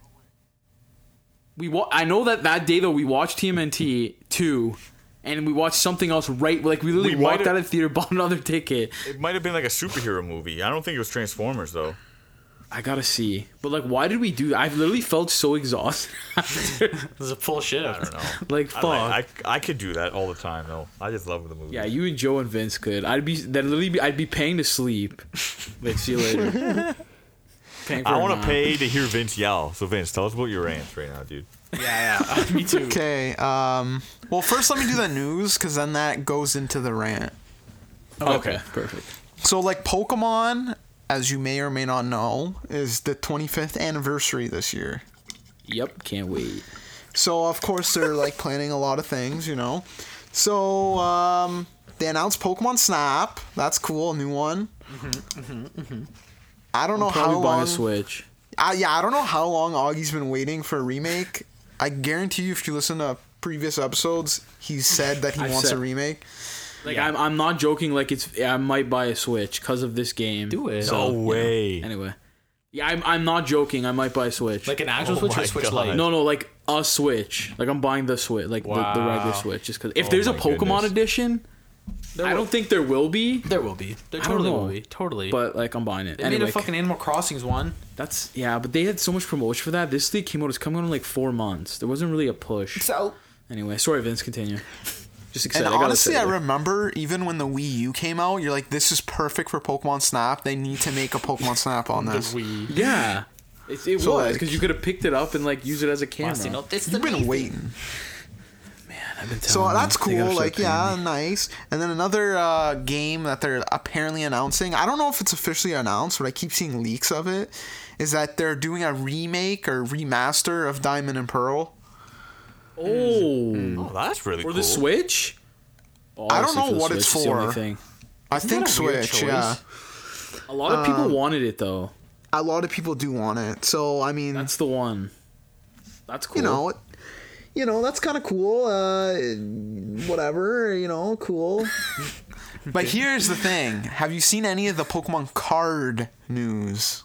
S4: We wa- I know that that day though we watched TMNT two, and we watched something else. Right, like we literally
S5: We
S4: walked
S5: might've-
S4: out of the theater, bought another ticket.
S5: It might have been like a superhero movie. I don't think it was Transformers though.
S4: I gotta see, but like, why did we do? that? I literally felt so exhausted.
S2: This is a full shit.
S5: I don't know.
S4: like
S5: I,
S4: fuck.
S5: like, I, I could do that all the time though. I just love the movie.
S4: yeah, you and Joe and Vince could. I'd be that literally. Be, I'd be paying to sleep. like, see you later. Paying for
S5: I
S4: a
S5: want
S4: nap.
S5: to pay to hear Vince yell. So Vince, tell us about your rants right now, dude.
S2: Yeah, me too.
S3: Okay. Um. Well, first let me do the news, because then that goes into the rant.
S4: Okay, perfect.
S3: So, like Pokemon, as you may or may not know, is the 25th anniversary this year.
S4: Yep, can't wait.
S3: So of course they're like planning a lot of things, you know. So um, they announced Pokemon Snap. That's cool, a new one. I don't know Oh,
S4: Probably
S3: how
S4: buying
S3: long.
S4: a Switch.
S3: I- yeah, I don't know how long Augie's been waiting for a remake. I guarantee you, if you listen to previous episodes, he said that he
S4: I've
S3: wants
S4: said-
S3: a remake.
S4: Like I'm, I'm not joking. Like it's, I might buy a Switch because of this game.
S2: Do it.
S5: No way.
S4: Anyway, yeah, I'm, I'm not joking. I might buy a Switch.
S2: Like an actual
S5: Oh
S2: Switch
S5: my
S2: or Switch
S5: God.
S2: Lite?
S4: no, no, like a Switch. Like I'm buying the Switch, like the, the regular
S2: Wow.
S4: Switch, just because. If
S5: Oh
S4: there's a
S5: my
S4: Pokemon
S5: goodness.
S4: edition, I don't think there will be,
S2: There will be. There
S4: I don't
S2: totally will
S4: know.
S2: be. Totally.
S4: but like I'm buying it.
S2: they
S4: anyway,
S2: made a fucking Animal Crossings one.
S4: that's yeah. But they had so much promotion for that. This league came out. It's coming out in like four months. There wasn't really a push.
S3: So
S4: Anyway, sorry, Vince. Continue. Just excited.
S3: And
S4: I gotta
S3: honestly,
S4: say
S3: I
S4: it.
S3: remember even when the Wii U came out, you're like, "This is perfect for Pokemon Snap. They need to make a Pokemon Snap on this."
S2: Wii.
S4: yeah. It, it
S3: So,
S4: was
S3: like-
S4: because you could have picked it up and like used it as a camera.
S3: You've been waiting.
S4: I've been
S3: So
S4: telling
S3: that's
S4: them. They gotta
S3: cool.
S4: start
S3: Like,
S4: paying
S3: yeah,
S4: me.
S3: nice. And then another uh, game that they're apparently announcing. I don't know if it's officially announced, but I keep seeing leaks of it. Is that they're doing a remake or remaster of Diamond and Pearl?
S4: Oh.
S5: Oh, that's really
S4: Or
S5: cool.
S4: the Switch?
S3: I don't know what it's
S4: It's the only
S3: for.
S4: thing.
S3: I think
S2: that a weird
S3: Switch.
S2: choice?
S3: Yeah,
S4: A lot
S3: Um,
S4: of people wanted it though.
S3: a lot of people do want it. So I mean,
S4: That's the one. That's cool.
S3: you know, it, you know, that's kind of cool. Uh, whatever, you know, cool. but here's the thing: Have you seen any of the Pokemon card news?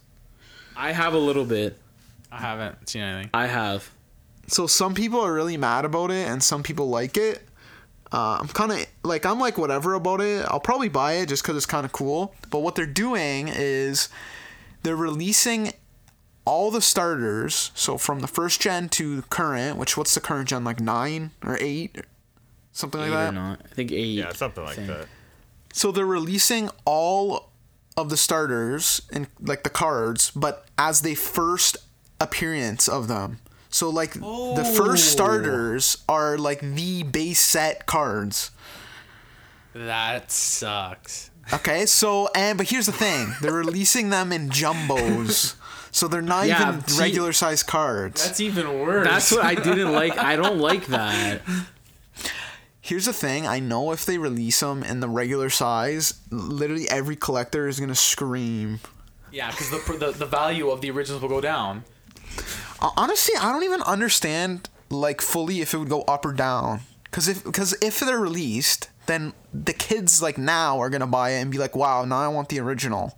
S4: I have a little bit.
S2: I haven't seen anything.
S4: I have.
S3: so some people are really mad about it and some people like it uh, i'm kind of like i'm like whatever about it i'll probably buy it just because it's kind of cool but what they're doing is they're releasing all the starters so from the first gen to current which what's the current gen like nine or eight something like
S4: Eight
S3: that
S4: or not. I think eight.
S5: yeah, something like
S4: Thing.
S5: that.
S3: so they're releasing all of the starters and like the cards, but as the first appearance of them. So like the
S4: Oh.
S3: first starters are like the base set cards.
S2: That sucks.
S3: Okay, so and but here's the thing: they're releasing them in jumbos, so they're not
S4: Yeah,
S3: even
S4: see-
S3: regular size cards.
S2: That's even worse.
S4: That's what I didn't like. I don't like that.
S3: Here's the thing. I know if they release them in the regular size, literally every collector is gonna scream.
S2: Yeah, because the, pr- the the value of the originals will go down.
S3: Uh, Honestly, I don't even understand like fully if it would go up or down. Cause if cause if they're released, then the kids like now are gonna buy it and be like, wow, now I want the original.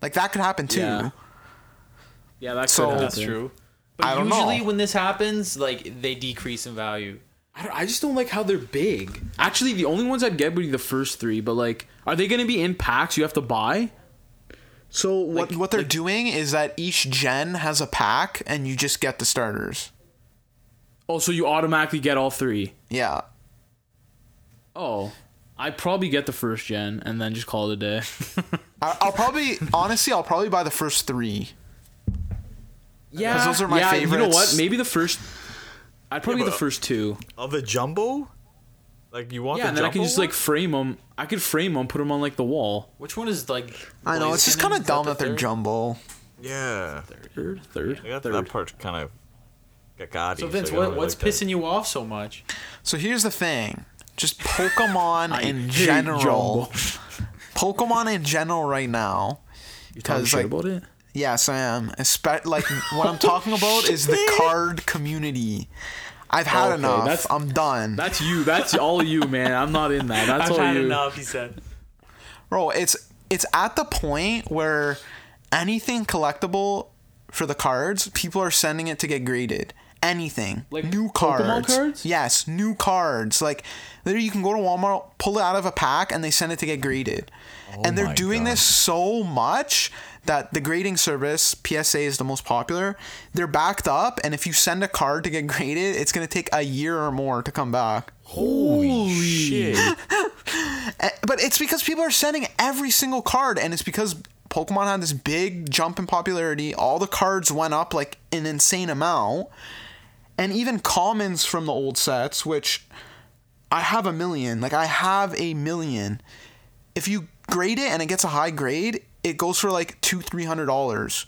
S3: Like that could happen too.
S4: Yeah. Yeah, that's
S3: So-
S2: That's true. But
S3: I don't know.
S2: usually when this happens, like they decrease in value.
S4: I, don't, I just don't like how they're big. Actually, the only ones I'd get would be the first three, but like, are they going to be in packs you have to buy?
S3: So what
S4: Like-
S3: what they're
S4: like-
S3: doing is that each gen has a pack and you just get the starters.
S4: Oh, so you automatically get all three.
S3: Yeah.
S4: Oh, I probably get the first gen and then just call it a day.
S3: I, I'll probably honestly I'll probably buy the first 3.
S4: Yeah,
S3: those are my
S4: yeah, You know what?
S3: favorites.
S4: Maybe the first. I'd probably
S1: Yeah,
S4: get
S1: but-
S4: the first two.
S5: Oh,
S1: Of the jumbo? Like you want
S4: Yeah,
S1: the
S4: and then I can
S1: jumbo
S4: just
S1: one?
S4: like frame them. I could frame them, put them on like the wall.
S2: Which one is like?
S3: I know it's just
S2: Blazing?
S3: kind of
S2: Is that
S3: dumb
S2: the
S3: that they're
S2: third?
S3: jumbo.
S1: Yeah.
S4: Third, third,
S1: I got
S4: third.
S1: that part kind of got gaudy,
S2: So Vince,
S1: I
S2: what,
S1: don't
S2: what's
S1: really like
S2: pissing you off so much?
S3: So here's the thing. Just Pokemon in
S4: hate
S3: general.
S4: Jumbo.
S3: Pokemon in general right now.
S4: You talking
S3: Because,
S4: shit
S3: like-
S4: about it?
S3: Yes, I am. Espe- like what I'm talking about is the card community. I've had
S4: Okay,
S3: enough.
S4: that's-
S3: I'm done.
S4: That's you. That's all you, man. I'm not in that. That's
S2: I've
S4: all
S2: had
S4: you.
S2: enough. He said.
S3: Bro, it's it's at the point where anything collectible for the cards, people are sending it to get graded. Anything.
S4: Like
S3: new
S4: Pokemon
S3: cards.
S4: cards?
S3: Yes, new cards. Like literally you can go to Walmart, pull it out of a pack and they send it to get graded.
S4: Oh
S3: and
S1: my
S3: they're doing
S1: God.
S3: this so much that the grading service, PSA is the most popular. They're backed up and if you send a card to get graded, it's going to take a year or more to come back.
S1: Holy shit.
S3: But it's because people are sending every single card, and it's because Pokemon had this big jump in popularity. All the cards went up like an insane amount, and even commons from the old sets, which I have a million. Like I have a million. If you grade it and it gets a high grade, it goes for like two, three hundred dollars.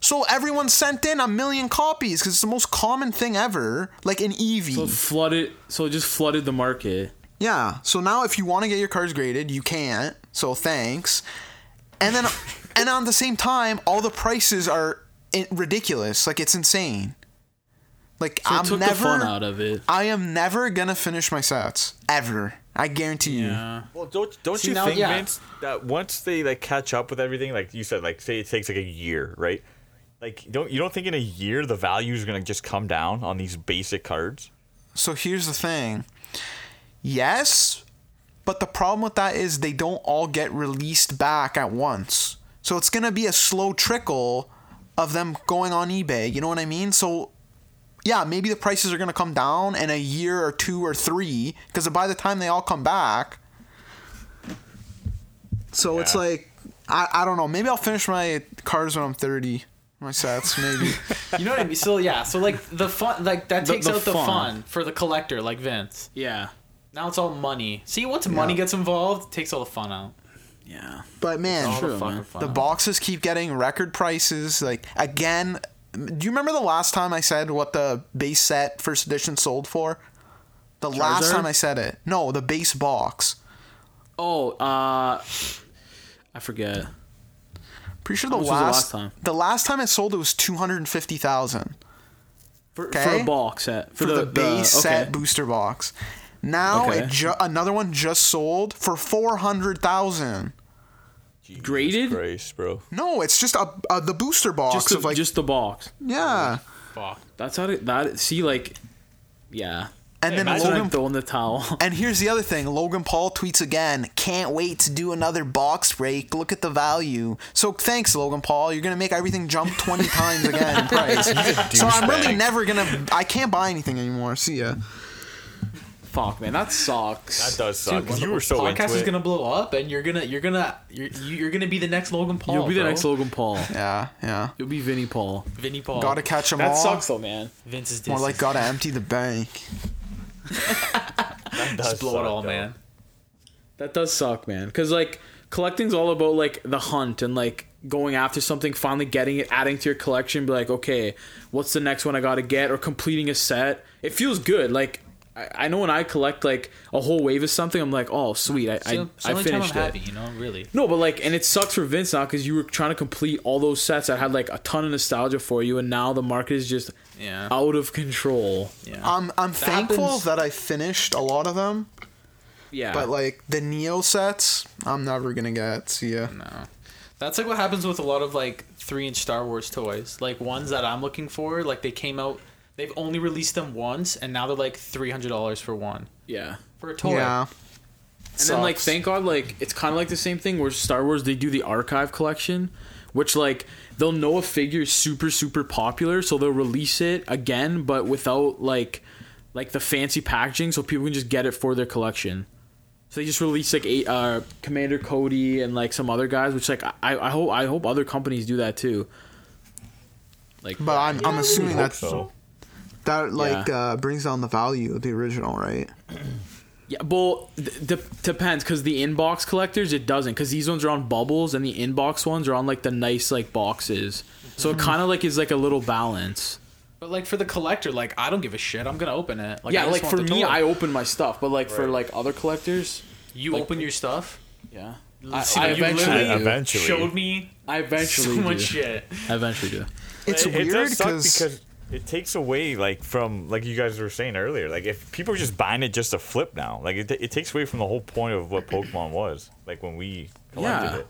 S3: So everyone sent in a million copies because it's the most common thing ever, like an E Eevee.
S4: So flooded. So it just flooded the market.
S3: Yeah. So now if you want to get your cards graded, you can't. So thanks. And then and on the same time, all the prices are in- ridiculous. Like it's insane. Like
S4: So it
S3: I'm
S4: took
S3: never
S4: the fun out of it.
S3: I am never going to finish my sets ever. I guarantee you.
S1: Well, don't don't
S2: See,
S1: you
S2: now-
S1: think,
S2: yeah.
S1: Vince, that once they like catch up with everything, like you said, like say it takes like a year, right? Like don't you don't think in a year the values are gonna just come down on these basic cards?
S3: So here's the thing. Yes, but the problem with that is they don't all get released back at once. So it's going to be a slow trickle of them going on eBay. You know what I mean? So yeah, maybe the prices are going to come down in a year or two or three because by the time they all come back. So it's
S1: Yeah.
S3: like, I, I don't know. Maybe I'll finish my cars when I'm 30. My sets, maybe.
S2: You know what I mean? So yeah. So like the fun, like that
S4: The-
S2: takes
S4: the
S2: out the
S4: fun.
S2: fun for the collector, like Vince.
S4: Yeah.
S2: Now it's all money. See, once money gets involved, it takes all the fun out.
S4: Yeah.
S3: but man,
S2: All
S4: True,
S2: the fucking
S4: man.
S2: fun.
S3: The
S2: out.
S3: boxes keep getting record prices. Like again, do you remember the last time I said what the base set first edition sold for? The last
S4: Charizard?
S3: time I said it. No, the base box.
S4: Oh, uh, I forget.
S3: Pretty sure the
S4: much
S3: last,
S4: was the last time?
S3: the last time it sold it was two hundred and fifty thousand
S4: For, for
S3: Okay.
S4: a box set.
S3: for, the, base set booster box. Now
S4: Okay.
S3: it ju- another one just sold for four hundred thousand.
S1: Jesus
S4: Graded?
S1: Christ, bro.
S3: No, it's just a, a the booster box
S4: Just the,
S3: of like
S4: just the box.
S3: yeah,
S2: Fuck.
S4: That's how it, that see like, yeah.
S3: and then
S4: That's what
S3: Logan
S4: I'm throwing the towel.
S3: And here's the other thing Logan Paul tweets again, can't wait to do another box break. Look at the value. So thanks, Logan Paul. You're going to make everything jump 20 times again in price. So I'm really
S1: douchebag.
S3: never going to, I can't buy anything anymore. See ya.
S4: Fuck, man, that sucks.
S1: That does suck.
S2: Dude,
S1: 'cause you were so into
S2: podcast is
S1: it.
S2: gonna blow up, and you're gonna you're gonna you're, you're gonna be the next Logan Paul.
S4: You'll be the
S2: bro.
S4: next Logan Paul.
S3: Yeah, yeah.
S4: You'll be Vinny Paul.
S2: Vinny Paul.
S3: Gotta catch them
S4: That
S3: all.
S4: sucks though, man.
S2: Vince's
S3: More
S2: distance.
S3: like gotta empty the bank.
S1: That does
S2: just blow
S1: suck,
S2: it all,
S1: though.
S2: man.
S4: That does suck, man. Cause like collecting's all about like the hunt and like going after something, finally getting it, adding to your collection. Be like, okay, what's the next one I gotta get, or completing a set. It feels good. Like I, I know when I collect like a whole wave of something, I'm like, oh sweet, I
S2: So,
S4: I, I
S2: only
S4: finished
S2: time I'm
S4: it.
S2: happy, you know, really.
S4: No, but like, and it sucks for Vince now because you were trying to complete all those sets that had like a ton of nostalgia for you, and now the market is just
S2: Yeah.
S4: out of control.
S2: Yeah.
S3: I'm I'm thankful
S2: happens.
S3: that I finished a lot of them,
S4: Yeah,
S3: but like the Neo sets, I'm never gonna get. See ya.
S2: No. That's like what happens with a lot of like three inch Star Wars toys. Like ones that I'm looking for, like they came out they've only released them once and now they're like three hundred dollars for one.
S4: yeah.
S2: For a toy.
S3: Yeah.
S4: And then like
S3: Sucks.
S4: thank God like it's kind of like the same thing where Star Wars they do the archive collection, which like they'll know a figure is super super popular, so they'll release it again, but without like like the fancy packaging, so people can just get it for their collection. So they just release like eight, uh, Commander Cody and like some other guys, which like I, I hope I hope other companies do that too. Like,
S3: But I'm, I'm assuming
S1: Hope
S3: that
S1: so.
S3: that like
S4: Yeah.
S3: uh, brings down the value of the original, right?
S4: Yeah, well, th- d- depends because the inbox collectors it doesn't because these ones are on bubbles and the inbox ones are on like the nice like boxes. So
S2: Mm-hmm.
S4: it kind of like is like a little balance.
S2: But like for the collector, like I don't give a shit. I'm gonna open it. Like, I
S4: yeah,
S2: just
S4: like
S2: want
S4: for
S2: the
S4: me,
S2: toy.
S4: I open my stuff, but like for like other collectors,
S2: you
S4: like-
S2: open your stuff.
S4: yeah, I,
S2: I,
S4: I
S2: you
S4: eventually,
S2: literally
S5: Eventually.
S2: showed me
S4: I
S2: so
S4: eventually
S2: much
S4: do.
S2: shit.
S4: I eventually do.
S3: It's
S5: it, it
S3: weird
S5: does suck
S3: because
S5: because it takes away like from like you guys were saying earlier. Like if people are just buying it just to flip now, like it, it takes away from the whole point of what Pokemon was. Like when we collected
S4: Yeah.
S5: it.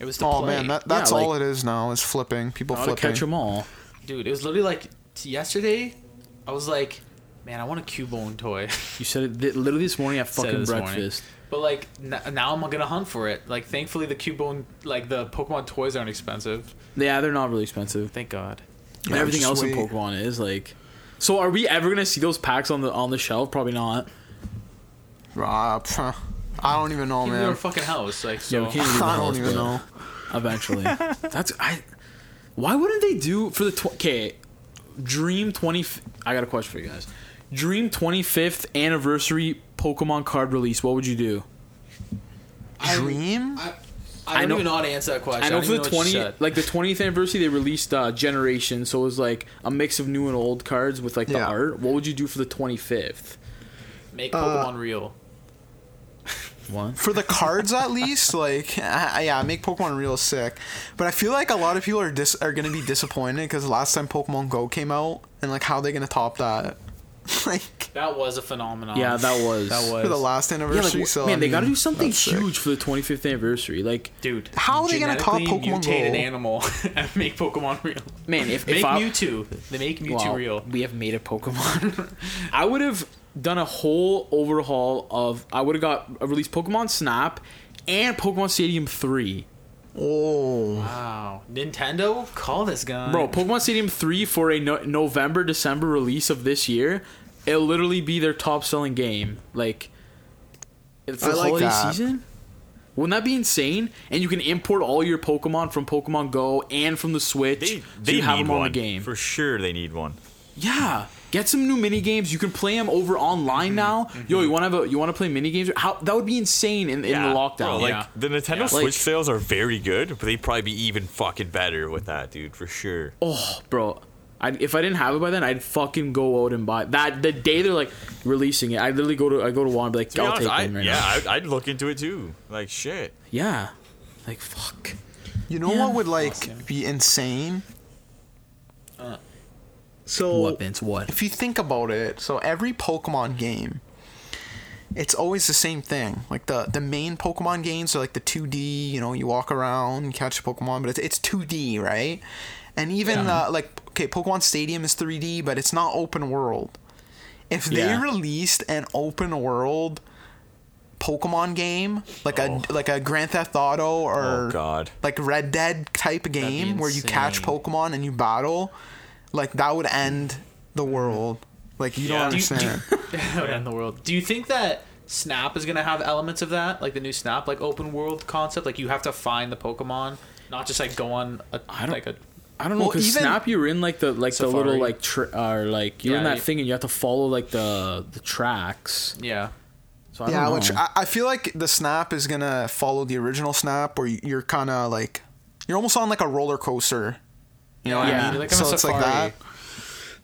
S2: It was to
S3: oh
S2: play.
S3: man, that, that's
S4: Yeah,
S3: all
S4: like-
S3: it is now is flipping people
S4: I to
S3: flipping.
S4: catch them all.
S2: dude. It was literally like t- yesterday. I was like, man, I want a Cubone toy.
S4: You said it th- literally this morning at
S2: Said it
S4: fucking
S2: this morning.
S4: breakfast.
S2: But like n- now, I'm gonna hunt for it. Like thankfully, the Cubone, like the Pokemon toys aren't expensive.
S4: Yeah, they're not really expensive.
S2: Thank
S3: Oh,
S2: God.
S4: And everything
S3: just
S4: else in
S3: wait.
S4: Pokemon is like. So are we ever gonna see those packs on the on the shelf? Probably not.
S3: Ah, pff, I don't even know,
S2: Even in our
S3: man.
S2: fucking house, like
S4: Yeah,
S2: so.
S4: we can't even
S3: I don't
S4: house,
S3: even
S4: bro.
S3: know.
S4: eventually. That's I. Why wouldn't they do for the tw- okay? Dream twenty. I got a question for you guys. Dream twenty fifth anniversary Pokemon card release. What would you do?
S2: I-
S3: Dream?
S2: I, I
S4: I
S2: don't
S4: know-
S2: even know how to answer that question.
S4: I know
S2: don't
S4: for the
S2: even what you
S4: twenty,
S2: said.
S4: like the twentieth anniversary, they released uh, Generation, so it was like a mix of new and old cards with like the
S3: Yeah.
S4: art. What would you do for the twenty fifth?
S3: Uh,
S2: make Pokemon real.
S4: One.
S3: for the cards at least like I, I- yeah make pokemon real sick but i feel like a lot of people are dis- are gonna be disappointed because last time pokemon go came out and like how they gonna top that like
S2: That was a phenomenon.
S4: Yeah, that was
S2: that
S3: for the
S2: was
S3: last
S4: Um, Yeah,
S3: anniversary
S4: like, wh-
S3: so
S4: man,
S3: I
S4: they gotta
S3: mean,
S4: do something
S3: that's sick.
S4: huge for the twenty fifth anniversary. Like,
S2: dude.
S3: How are they gonna top
S2: genetically
S3: Pokemon
S2: Mutate an
S3: Go?
S2: animal and make Pokemon real.
S4: man, if
S2: Make
S4: if I,
S2: Mewtwo. They make Mewtwo
S4: Well,
S2: real.
S4: We have made a Pokemon. I would have done a whole overhaul of. I would have got uh, released Pokemon Snap and Pokemon Stadium Three,
S3: oh
S2: Wow, Nintendo, call this guy,
S4: bro. Pokemon Stadium Three for a no- November December release of this year. It'll literally be their top selling game. Like, it's
S3: I
S4: the
S3: like
S4: holiday
S3: that.
S4: season. Wouldn't that be insane? And you can import all your Pokemon from Pokemon Go and from the Switch.
S5: They
S4: so
S5: they
S4: you
S5: need
S4: have them
S5: one
S4: on the game.
S5: for sure. They need one.
S4: Yeah, get some new mini games. You can play them over
S5: Mm-hmm.
S4: online now. Yo, you want to have a, you want to play mini games? How that would be insane in, in
S5: Yeah.
S4: the lockdown.
S5: Bro, like
S2: yeah.
S5: the Nintendo
S4: Yeah.
S5: Switch
S4: Like-
S5: sales are very good, but they'd probably be even fucking better with that, dude, for sure.
S4: oh, bro, I, if I didn't have it by then, I'd fucking go out and buy that. The day they're like releasing it, I literally go to I go to Walmart and be like,
S5: To be
S4: I'll
S5: honest,
S4: take
S5: I,
S4: them right
S5: yeah,
S4: now.
S5: I'd, I'd look into it too. Like shit.
S4: Yeah, like fuck.
S3: you know
S4: Yeah.
S3: what would like
S2: Awesome.
S3: be insane
S4: Uh,
S3: so
S4: What Vince? What?
S3: if you think about it, so every Pokemon game, it's always the same thing. Like the the main Pokemon games are like the 2D. You know, you walk around, you catch a Pokemon, but it's it's 2D, right? And even uh, like okay, Pokemon Stadium is 3D, but it's not open world. If they
S4: Yeah.
S3: released an open world Pokemon game, like a like a Grand Theft Auto or
S5: Oh
S4: Er,
S5: god.
S3: like Red Dead type of game where you catch
S2: insane.
S3: Pokemon and you battle, like that would end the world. Like you don't
S5: Yeah. Do you-
S2: do
S3: understand.
S2: in the world. Do you think that Snap is gonna have elements of that, like the new Snap, like open world concept? Like you have to find the Pokemon, not just like go on a
S4: I don't-
S2: like a.
S4: I don't know
S3: Well,
S4: because
S3: even-
S4: Snap, you're in like the like the
S2: Safari.
S4: little like tr or like you're in
S2: Yeah,
S4: that
S2: you-
S4: thing and you have to follow like the the tracks.
S2: Yeah,
S4: So I
S3: yeah,
S4: don't know.
S3: which I, I feel like the snap is gonna follow the original snap, where you- you're kind of like you're almost on like a roller coaster.
S2: you know what
S4: Yeah.
S2: I mean. Like I'm
S3: so
S2: a
S3: it's
S2: safari.
S3: like that.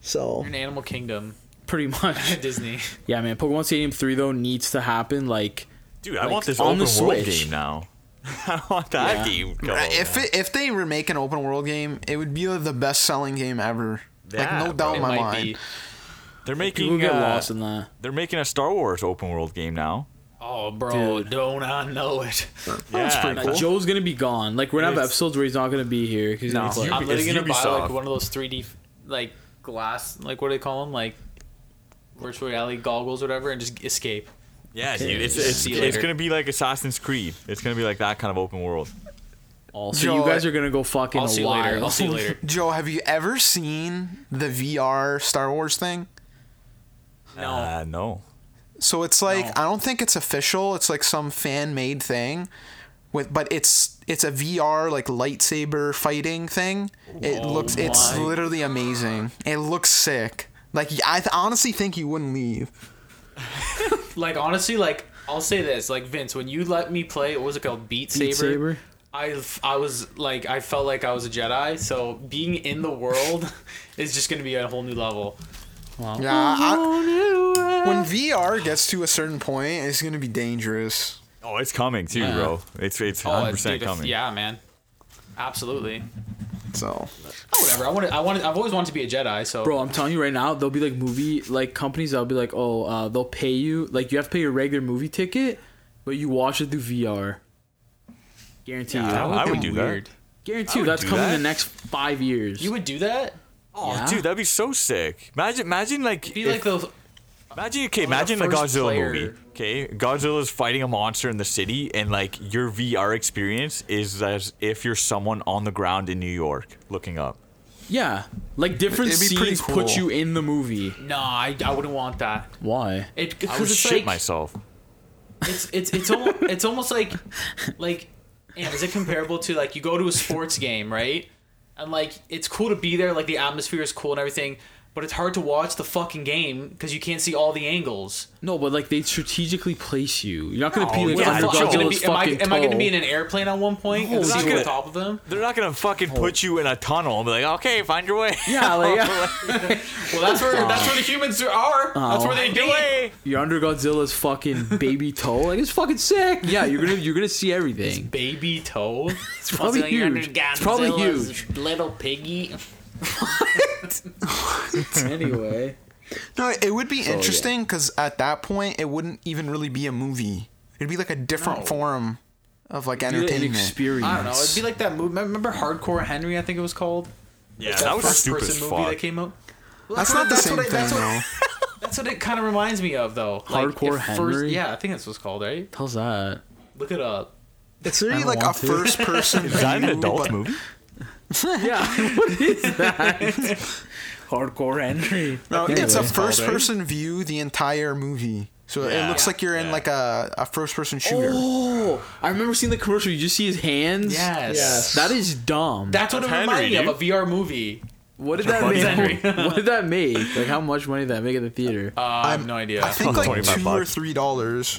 S3: So
S2: You're in Animal Kingdom.
S4: pretty much.
S2: Disney.
S4: yeah, man. Pokemon Stadium Three though needs to happen. Like,
S5: Dude, I
S4: Like,
S5: want this
S4: on
S5: open
S4: the
S5: world
S4: Switch.
S5: game now. I want that game. Come
S3: Right,
S5: on,
S3: If
S5: man.
S3: it, if they remake an open world game, it would be the best selling game ever.
S5: Yeah,
S3: like no doubt
S5: bro.
S3: in
S2: It
S3: my
S2: might
S3: mind.
S2: be.
S4: people
S5: they're making
S4: get
S5: uh,
S4: lost in that.
S5: they're making a Star Wars open world game now.
S2: Oh, bro, don't I know it?
S5: that's yeah,
S4: Like, Joe's gonna be gone. Like, we're gonna have
S5: It's-
S4: episodes where he's not gonna be here. 'cause he's
S2: No,
S4: gonna play.
S2: I'm literally
S5: it's
S2: gonna buy
S5: Ubisoft.
S2: like one of those 3D like glass, like what do they call them, like virtual reality goggles, or whatever, and just escape.
S5: Yeah, dude, it's
S2: Okay.
S5: it's,
S2: See you
S5: it's
S2: later.
S5: gonna be like Assassin's Creed. It's gonna be like that kind of open world.
S4: all. So
S3: Joe,
S4: you guys are gonna go fucking
S2: I'll see you
S4: wild.
S2: later. I'll see you later.
S3: Joe, have you ever seen the VR Star Wars thing?
S2: No,
S5: Uh, no.
S3: So it's like
S2: No.
S3: I don't think it's official. It's like some fan made thing, with but it's it's a VR like lightsaber fighting thing. It
S2: Oh
S3: looks it's
S2: my-
S3: literally amazing. It looks sick. Like I th- honestly think you wouldn't leave.
S2: like honestly, like I'll say this, like Vince, when you let me play, what was it called, Beat Saber?
S4: Beat Saber.
S2: I I was like I felt like I was a Jedi. So being in the world is just gonna be a whole new level.
S4: Oh.
S3: Yeah. I,
S2: Oh, uh.
S3: when VR gets to a certain point, it's gonna be dangerous.
S5: Oh, it's coming too, bro. It's it's
S2: Oh,
S5: hundred
S2: it's-
S5: percent
S2: dude, if-
S5: coming.
S2: Yeah, man. Absolutely.
S3: So
S2: Oh, whatever. I wanted. I wanted. I've always wanted to be a Jedi. So
S4: Bro, I'm telling you right now, there'll be like movie like companies that'll be like, oh, uh, they'll pay you like you have to pay your regular movie ticket, but you watch it through VR. Guarantee you.
S5: I would- I would do that.
S4: Guarantee
S5: I
S4: you
S5: would
S4: that's
S5: do
S4: coming
S5: that.
S4: in the next five years.
S2: You would do that?
S5: Oh,
S4: Yeah.
S5: dude, that'd be so sick. Imagine, imagine like,
S2: Be like
S5: if-
S2: the
S5: imagine, okay,
S2: one of the
S5: imagine a
S2: first
S5: Godzilla
S2: player-
S5: movie. Okay, Godzilla's fighting a monster in the city, and like your VR experience is as if you're someone on the ground in New York looking up.
S4: yeah, like different
S3: It'd be pretty
S4: scenes put
S3: cool.
S4: you in the movie.
S2: no. I, I wouldn't want that.
S4: Why?
S2: It
S5: I would
S2: because it's
S5: shit
S2: like
S5: myself.
S2: it's it's it's almost it's almost like like yeah, is it comparable to like you go to a sports game right and like it's cool to be there like the atmosphere is cool and everything but it's hard to watch the fucking game because you can't see all the angles.
S4: No, but like they strategically place you. You're not gonna
S5: No,
S4: be like
S5: yeah,
S4: under
S5: I'm not gonna
S2: gonna
S5: be-
S4: Godzilla's
S2: be, am, I,
S4: fucking
S2: am I gonna be in
S4: toe.
S2: an airplane at one point and
S5: they're
S2: see
S5: not
S2: over
S5: gonna-
S2: top of them?
S5: They're not gonna fucking
S2: Oh.
S5: put you in a tunnel and be like, okay, find your way.
S4: Yeah, like, yeah.
S2: Well, that's where that's where the humans are. That's where they do it.
S4: You're under Godzilla's fucking baby toe. Like it's fucking sick. Yeah, you're gonna you're gonna see everything.
S2: Baby toe. It's
S4: probably huge. It's probably huge.
S2: Little piggy.
S4: anyway.
S3: no, it would be
S4: yeah.
S3: interesting because at that point, it wouldn't even really be a movie. It'd be like a different form of like
S4: Be like an
S3: entertainment.
S4: experience.
S2: I don't know. It'd be like that movie. Remember Hardcore Henry? I think it was called.
S5: Yeah, that was stupid as
S2: movie
S5: fuck.
S2: that came out. Well,
S3: That's not the
S2: that's
S3: same
S2: what I-
S3: thing,
S2: that's what-
S3: though.
S2: That's what it kind of reminds me of, though.
S4: Hardcore
S2: if
S4: Henry?
S2: yeah, I think that's what's called, right?
S4: How's that?
S2: Look it up.
S3: It's really
S4: don't
S3: like a
S4: want to.
S3: first person.
S5: Is that an adult movie?
S4: Yeah, what is that? Hardcore Henry.
S3: No, it's a
S4: Anyway.
S3: first person view the entire movie. So it
S5: Yeah.
S3: looks like you're in
S5: Yeah.
S3: like a, a first person shooter.
S4: Oh, I remember seeing the commercial. You just see his hands.
S2: Yes. Yes.
S4: That is dumb.
S2: That's what it
S5: Henry,
S2: reminded me of
S5: dude.
S2: a VR movie.
S4: what did that
S5: Hardcore
S4: make?
S2: Henry.
S4: what did that make? Like how much money did that make at the theater?
S2: Uh, I have
S3: I'm-
S2: no idea.
S3: I think like
S5: 25
S3: two or
S5: bucks.
S3: three dollars.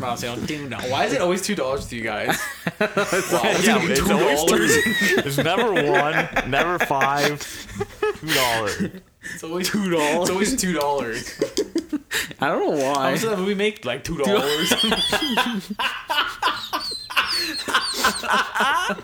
S2: Honestly, I don't know. Why is it always two dollars to you guys? Wow,
S5: Yeah, it's
S2: two
S5: always
S2: dollars.
S5: three. There's never one, never five, two dollars.
S2: It's always two dollars. It's always two dollars.
S4: I don't know
S2: How
S4: why.
S2: much did that movie make? Like two dollars.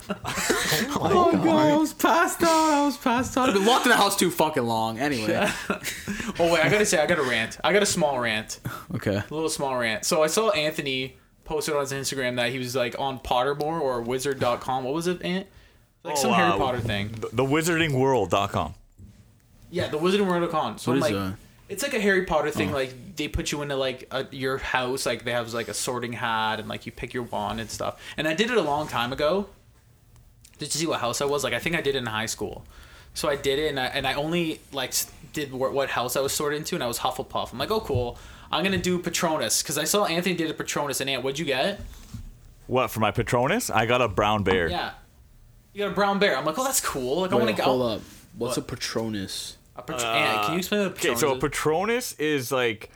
S4: Oh god, I was passed out. I was passed out. I've been locked in the house too fucking long. Anyway.
S2: oh wait, I gotta say, I got a rant. I got a small rant.
S4: Okay.
S2: a little small rant. So I saw Anthony posted on his Instagram that he was like on Pottermore or Wizard.com. What was it, Ant? Like some
S5: Oh,
S2: Harry
S5: uh,
S2: Potter thing.
S5: TheWizardingWorld.com.
S2: Yeah, the Wizard World of Con. So I'm
S4: What is
S2: like,
S4: that? Oh.
S2: it's like a Harry Potter thing. Like they put you into like a, your house. Like they have like a sorting hat and like you pick your wand and stuff. And I did it a long time ago. Did you see what house I was? Like I think I did it in high school. So I did it and I, and I only like s- did what, what house I was sorted into and I was Hufflepuff. I'm like, oh cool. I'm gonna do Patronus because I saw Anthony did a Patronus and Ant, what'd you get?
S5: What for my Patronus? I got a brown bear.
S2: Yeah. You got a brown bear. I'm like, oh, that's cool. Like, I want
S4: Wait,
S2: to
S4: hold
S2: go.
S4: up. What's a Patronus?
S2: A patro- Anna, can you explain what a
S5: Uh, Okay,
S2: patronus
S5: so a
S2: is?
S5: Patronus is like,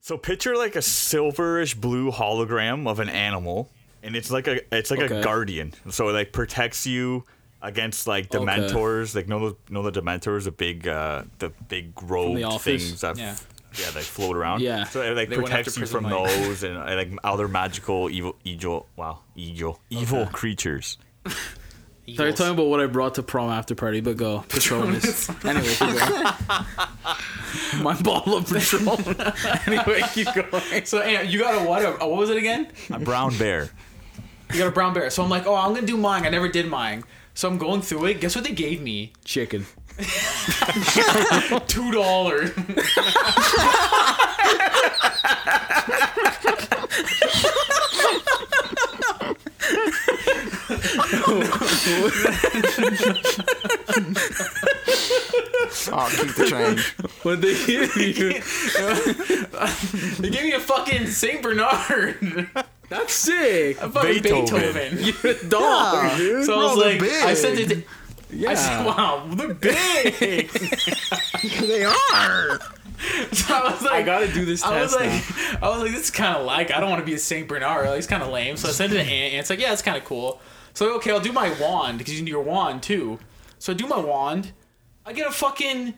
S5: so picture like a silverish blue hologram of an animal, and it's like a it's like
S4: Okay.
S5: a guardian. So it like protects you against like the
S4: Okay.
S5: mentors. Like know the know the Dementors, the big uh the big rogue
S4: office?
S5: things that
S2: Yeah.
S5: yeah they float around.
S4: Yeah.
S5: so it like
S2: They went
S5: protects
S2: after
S5: you from
S2: Prison Mike.
S5: those and uh, like other magical evil evil wow evil evil creatures.
S4: So you're
S2: Eagles.
S4: talking about what I brought to prom after party, but go. Patronus. anyway, keep going. My ball of Patron. anyway, keep going.
S2: So anyway, you got a what? A, what was it again?
S5: A brown bear.
S2: You got a brown bear. So I'm like, oh, I'm gonna do mine. I never did mine. So I'm going through it. Guess what they gave me?
S4: Chicken.
S2: Two dollars.
S3: Oh, keep the change.
S4: What did they give you?
S2: they gave me a fucking Saint Bernard.
S4: That's sick.
S2: A fucking Beethoven.
S5: Beethoven.
S4: You're a dog,
S3: Yeah.
S4: dude.
S2: So I was
S3: Bro,
S2: like,
S3: they're
S2: I sent
S3: big. Ah.
S2: it. To, I said, wow, they're big.
S3: they are.
S2: so I was like,
S4: I gotta do this
S2: I was
S4: test
S2: like, I was like, this is kind of like I don't want to be a Saint Bernard. Like, it's kind of lame. So I sent it to Aunt. Ant's like, yeah, it's kind of cool. So okay, I'll do my wand because you need your wand too. So I do my wand. I get a fucking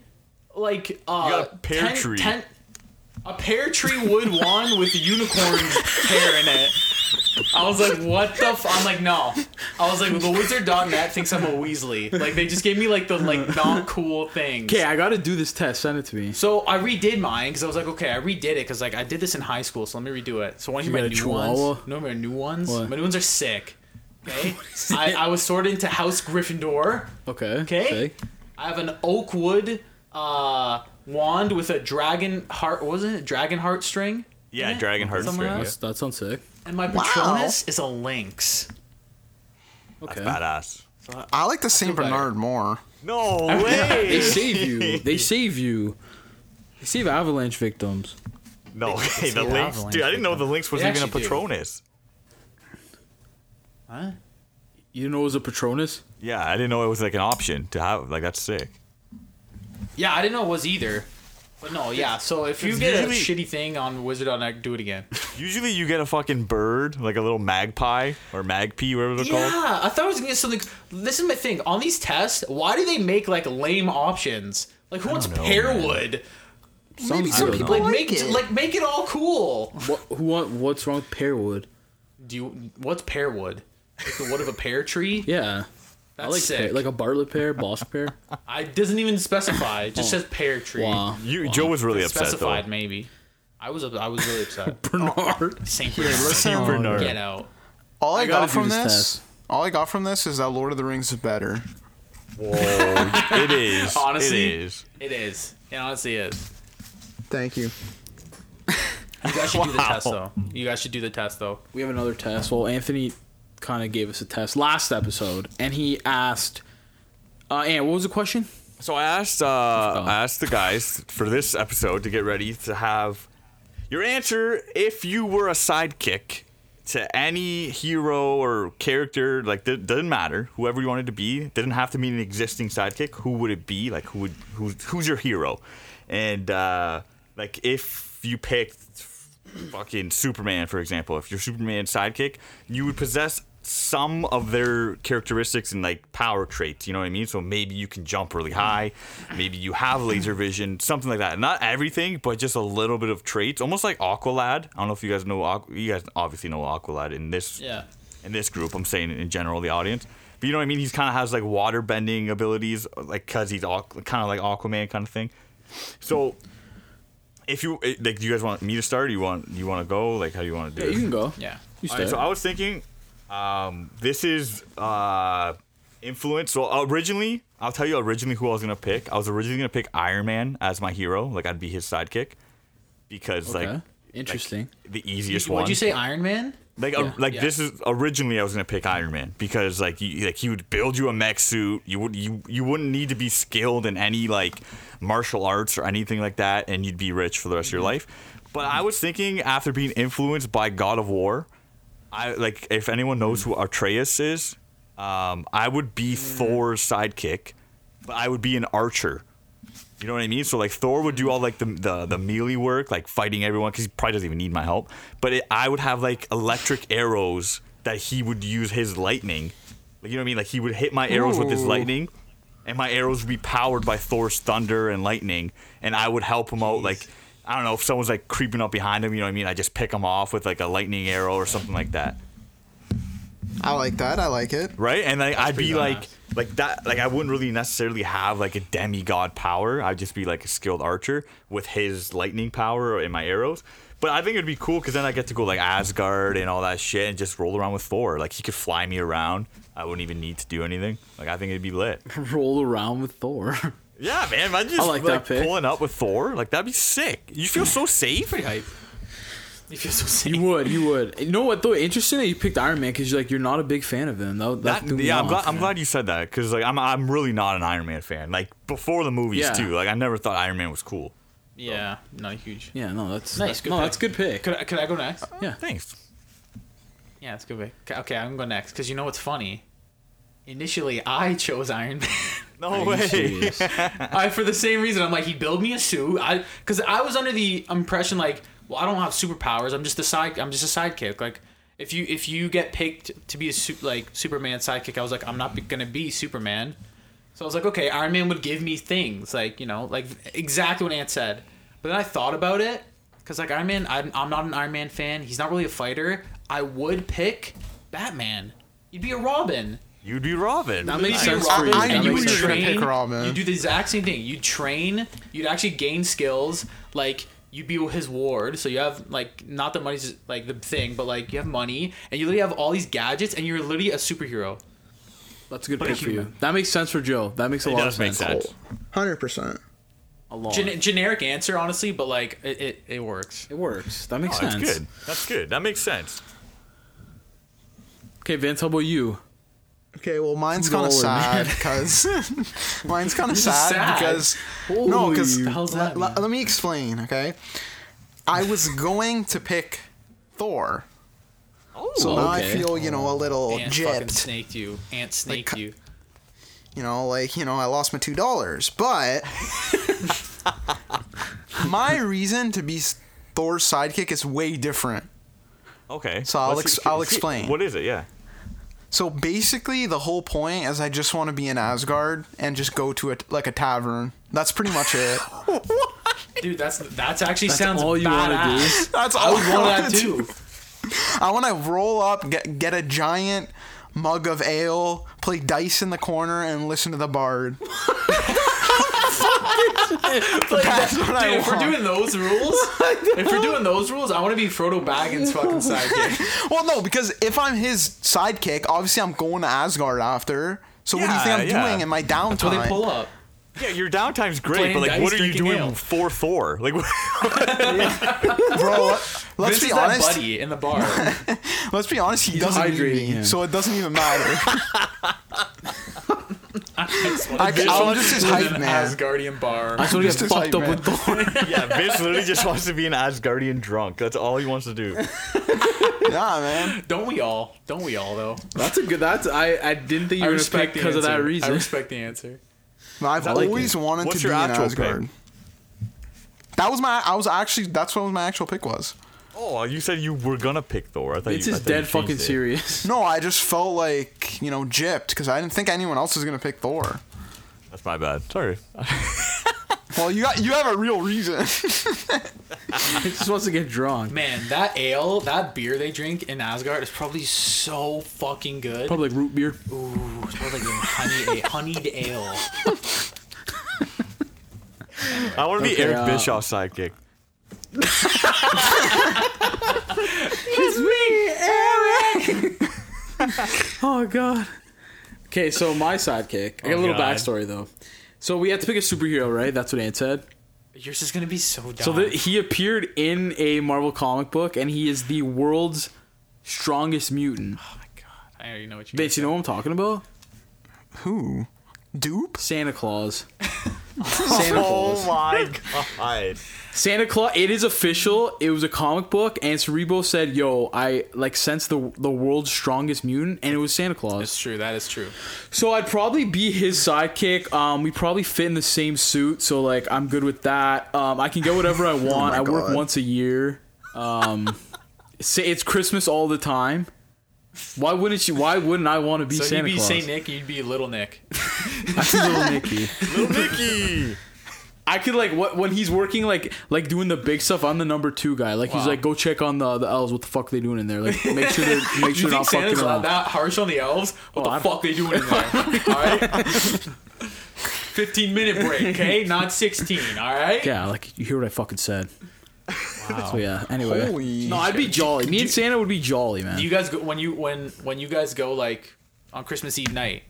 S2: like uh,
S5: got a pear tree.
S2: a pear tree wood wand with a unicorn hair in it. I was like, what the? F-? I'm like, no. I was like, the wizard.net thinks I'm a Weasley. Like they just gave me like the like not cool thing.
S4: Okay, I gotta do this test. Send it to me.
S2: So I redid mine because I was like, okay, I redid it because like I did this in high school, so let me redo it. So one of my
S4: got a
S2: new
S4: Chihuahua?
S2: ones, no, my new ones,
S4: What?
S2: my new ones are sick. Okay, I, I was sorted into House Gryffindor.
S4: Okay.
S2: Okay,
S4: sick.
S2: I have an Oakwood uh, wand with a dragon heart. what Was it a dragon heart string?
S5: Yeah,
S2: Yeah,
S5: dragon heart
S2: something
S5: string.
S2: like
S5: Yeah.
S4: That's, that sounds sick.
S2: And my
S3: Wow.
S2: Patronus is a lynx.
S4: Okay.
S5: Badass.
S3: I like the Saint
S2: better.
S3: Bernard more.
S5: No
S4: They
S5: way.
S4: save you. They save you. They save avalanche victims.
S5: no, okay, the
S2: Yeah.
S5: lynx. Dude, I didn't know the lynx was
S2: They
S5: even a
S2: actually do.
S5: patronus.
S4: You know, it was a Patronus.
S5: Yeah, I didn't know it was like an option to have. Like that's sick.
S2: Yeah, I didn't know it was either. But no, yeah. So if you
S5: It's
S2: get a
S5: usually-
S2: shitty thing on Wizard.net, do it again.
S5: Usually you get a fucking bird, like a little magpie or magpie, whatever they're
S2: Yeah,
S5: called.
S2: I thought I was gonna get something. This is my thing on these tests. Why do they make like lame options? Like who wants
S5: don't know,
S2: pear
S5: man.
S2: wood?
S4: Some
S3: Maybe some
S4: good.
S3: people-
S2: Like
S3: like
S2: make
S3: it.
S2: like make it all cool.
S4: What, who want? What's wrong with Pearwood?
S2: Do you what's pear wood? Like the wood of a pear tree?
S4: Yeah.
S2: That's
S4: I like
S2: sick.
S4: pear, like a Bartlett pear, Boss pear.
S2: I doesn't even specify. It just says pear tree.
S4: Wow.
S5: You, Joe was really
S2: It's
S5: upset
S2: Specified
S5: though.
S2: maybe. I was I was really upset.
S4: Bernard.
S2: Saint Bernard,
S3: Listen,
S5: Bernard.
S2: get out.
S3: all I,
S4: I
S3: got
S4: gotta do
S3: from
S4: this
S3: this,
S4: test.
S3: all I got from this is that Lord of the Rings is better.
S5: Whoa, it is.
S2: Honestly.
S5: it is.
S2: It is. It honestly is.
S3: Thank you.
S2: You guys should do the
S5: Wow.
S2: test though. You guys should do the test though.
S4: We have another test. Well, Anthony kind of gave us a test last episode, and he asked, uh, "And what was the question?"
S5: So I asked, uh, I asked the guys for this episode to get ready to have your answer. If you were a sidekick to any hero or character, like it doesn't matter, whoever you wanted to be, didn't have to be an existing sidekick. Who would it be? Like who would who's who's your hero? And uh, like if you picked fucking Superman, for example, if you're Superman's sidekick, you would possess some of their characteristics and like power traits. You know what I mean? So maybe you can jump really high, maybe you have laser vision, something like that. Not everything, but just a little bit of traits, almost like Aqualad. I don't know if you guys know. Aqu- You guys obviously know Aqualad in this
S2: Yeah.
S5: in this group. I'm saying in general, the audience. But you know what I mean? He's kind of has like water bending abilities, like because he's kind of like Aquaman kind of thing. So, if you eh, like, do you guys want me to start? Or you want you want to go? Like, how do you want to do
S4: Yeah,
S5: it?
S4: you can go.
S2: Yeah.
S4: You
S5: All right,
S4: start.
S5: so I was thinking, um, this is uh, influence. So originally, I'll tell you originally who I was gonna pick. I was originally gonna pick Iron Man as my hero. Like, I'd be his sidekick because
S4: okay.
S5: like
S4: Interesting.
S5: the easiest one.
S2: Would you say Iron Man?
S5: Like,
S4: Yeah.
S5: uh, like
S2: Yeah.
S5: this is originally I was gonna pick Iron Man because like you, like he would build you a mech suit. You would you you wouldn't need to be skilled in any like martial arts or anything like that, and you'd be rich for the rest of your life. But I was thinking after being influenced by God of War, I like if anyone knows who Atreus is, um, I would be Thor's sidekick, but I would be an archer. You know what I mean? So like Thor would do all like the the, the melee work, like fighting everyone, because he probably doesn't even need my help. But it, I would have like electric arrows that he would use his lightning, Like, you know what I mean? Like he would hit my arrows with his
S3: Ooh.
S5: lightning, and my arrows would be powered by Thor's thunder and lightning, and I would help him out. Like I don't know if someone's like creeping up behind him. You know what I mean? I just pick him off with like a lightning arrow or something like that
S3: I like that. I like it.
S5: right? And like I'd
S2: pretty badass.
S5: be like like that like I wouldn't really necessarily have like a demigod power. I'd just be like a skilled archer with his lightning power and my arrows. But I think it'd be cool because then I get to go like Asgard and all that shit and just roll around with Thor. Like he could fly me around. I wouldn't even need to do anything. Like I think it'd be lit.
S4: Roll around with Thor.
S5: Yeah, man. Imagine just
S4: like that
S5: like,
S4: pick.
S5: pulling up with Thor. Like that'd be sick. You feel so safe.
S2: Pretty hype. You feel so safe.
S4: you would, you would. You know what though? Interesting that you picked Iron Man because you're like you're not a big fan of him. That, that
S5: That,
S4: threw me
S5: yeah, I'm
S4: off,
S5: glad, I'm
S4: man.
S5: glad you said that because like I'm I'm really not an Iron Man fan. Like before the movies
S4: Yeah.
S5: too. Like I never thought Iron Man was cool.
S2: Yeah, not huge.
S4: Yeah, no, that's
S2: Nice,
S4: that-
S2: good
S4: no,
S2: pick.
S4: that's a good pick.
S2: Could I, could I go next?
S5: Thanks.
S2: Yeah, that's a good. pick. Okay, okay, I'm gonna go next because you know what's funny. Initially, I chose Iron Man.
S5: No
S4: Are you serious?
S2: I for the same reason I'm like he build me a suit. I because I was under the impression like well I don't have superpowers. I'm just a side. I'm just a sidekick. Like if you if you get picked to be a su- like Superman sidekick, I was like I'm not be- gonna be Superman. So I was like okay Iron Man would give me things like you know like exactly what Ant said. But then I thought about it because like Iron Man I'm, I'm not an Iron Man fan. He's not really a fighter. I would pick Batman. You'd be a Robin.
S5: You'd be Robin.
S4: That makes
S2: You'd be
S4: sense for
S2: Robin,
S4: you.
S3: I
S4: That
S2: and you
S3: knew
S4: makes
S2: would
S3: you were
S4: sense.
S3: gonna
S2: train.
S3: pick Robin.
S2: You do the exact same thing. You train. You'd actually gain skills. Like you'd be his ward, so you have like not the money's like the thing, but like you have money, and you literally have all these gadgets, and you're literally a superhero.
S4: That's a good
S2: But
S4: pick
S2: if
S4: for
S2: you-
S4: you. That makes sense for Joe. That makes a
S5: it
S4: lot
S5: does
S4: of
S5: make
S4: sense.
S5: sense.
S3: Hundred percent.
S4: A lot.
S2: Gen- generic answer, honestly, but like it, it, it works.
S4: it works. That makes
S5: Oh, that's
S4: sense.
S5: good. That's good. That makes sense.
S4: Okay, Vince, how about you?
S3: Okay, well, mine's kind
S4: Nolan.
S3: of sad because mine's kind of sad,
S2: sad.
S3: because no, because
S4: Holy-
S2: The hell's that, man?
S3: let me explain. Okay, I was going to pick Thor,
S5: Oh,
S3: so now I
S4: okay.
S3: feel you know a little
S2: Ant fucking
S3: gypped.
S2: snaked you. Ant snaked
S3: cu-
S2: you.
S3: You know, like you know, I lost my two dollars, but my reason to be s- Thor's sidekick is way different.
S5: okay.
S3: So I'll
S5: Let's
S3: ex-
S5: see-
S3: I'll
S5: let's see-
S3: explain.
S5: What is it? Yeah.
S3: So basically, the whole point is I just want to be in Asgard and just go to a like a tavern. That's pretty much it.
S2: Dude, that's that's actually
S4: That's
S2: sounds
S4: all you wanna do.
S2: badass.
S3: That's
S2: I
S3: all
S2: would want that
S3: wanna do.
S2: too.
S3: I want to roll up, get, get a giant mug of ale, play dice in the corner, and listen to the bard.
S2: Like,
S3: That's
S2: that-
S3: what I
S2: dude, if we're
S3: want.
S2: doing those rules, if we're doing those rules, I want to be Frodo Baggins' fucking sidekick.
S3: Well, no, because if I'm his sidekick, obviously I'm going to Asgard after. So what do you think
S5: Yeah,
S3: I'm
S5: yeah.
S3: doing in my downtime?
S2: So they pull up.
S5: Yeah, your downtime's great,
S2: Playing
S5: but like,
S2: dice,
S5: what are you
S2: drinking
S5: doing
S2: ale.
S5: for Thor? Like,
S3: Bro, let's
S2: This
S3: be
S2: is that
S3: honest.
S2: buddy in the bar.
S3: Let's be honest. He doesn't need
S4: hydrating
S3: me,
S4: him.
S3: so it doesn't even matter. I, am just his
S2: With
S3: hype
S2: an
S3: man.
S2: Asgardian bar.
S4: I just want to
S3: Just
S4: get
S3: as
S4: fucked
S3: hype
S4: up
S3: man.
S4: with Thor.
S5: yeah, Vince literally just wants to be an Asgardian drunk. That's all he wants to do.
S3: Yeah, man.
S2: Don't we all? Don't we all though?
S4: That's a good. That's I. I didn't think you
S2: I
S4: were gonna pick
S2: respect the
S4: because of that
S2: answer. I
S4: reason.
S2: respect the answer.
S3: I've
S5: like
S3: always
S5: it?
S3: wanted
S5: What's
S3: to be
S5: your
S3: in
S5: actual
S3: Asgard. That was my. I was actually. That's what my actual pick was.
S5: Oh, you said you were gonna pick Thor. I thought
S4: Vince
S5: you, I
S4: is
S5: thought you
S4: dead fucking
S5: changed it.
S4: serious.
S3: No, I just felt like you know gypped because I didn't think anyone else was gonna pick Thor.
S5: That's my bad. Sorry.
S3: Well, you got, you have a real reason.
S4: he just wants to get drunk.
S2: Man, that ale, that beer they drink in Asgard is probably so fucking good.
S4: Probably like root beer.
S2: Ooh, it's probably like a honey, a honeyed ale.
S5: I want to be
S4: Okay,
S5: Eric
S4: uh,
S5: Bischoff's sidekick.
S4: Oh god. Okay, so my sidekick. I got a little
S5: Oh, God.
S4: backstory though. So we had to pick a superhero, right? That's what Ant said.
S2: Yours is gonna be so dumb.
S4: So the, he appeared in a Marvel comic book, and he is the world's strongest mutant.
S2: I already know what you.
S4: Vince, you know what I'm talking about?
S3: Who? Dupe?
S4: Santa Claus. Santa
S5: Oh
S4: Claus.
S5: my god.
S4: Santa Claus. It is official. It was a comic book, and Cerebro said, "Yo, I like sense the the world's strongest mutant," and it was Santa
S2: That's
S4: Claus.
S2: true. That is true.
S4: So I'd probably be his sidekick. Um, we probably fit in the same suit, so like I'm good with that. Um, I can get whatever I want.
S3: Oh my
S4: I work
S3: God.
S4: once a year. Um, say it's Christmas all the time. Why wouldn't you? Why wouldn't I want to be
S2: So
S4: Santa
S2: you'd be
S4: Claus?
S2: Saint Nick, you'd be Little Nick.
S4: I'd be little Nicky.
S5: Little Nicky.
S4: I could like what when he's working like like doing the big stuff. I'm the number two guy. Like he's
S2: Wow.
S4: like go check on the the elves. What the fuck they doing in there? Like make sure they're
S2: Do you
S4: make sure they're
S2: think
S4: not
S2: Santa's
S4: fucking
S2: not
S4: around.
S2: that harsh on the elves? What
S4: Oh,
S2: the
S4: I'm-
S2: fuck they doing in there? all right. Fifteen minute break, okay? Not sixteen, all right?
S4: Yeah, like you hear what I fucking said. Wow. So yeah. Anyway,
S3: Holy
S4: no, I'd be jolly. Me and Santa would be jolly, man.
S2: Do you guys go when you when when you guys go like on Christmas Eve night?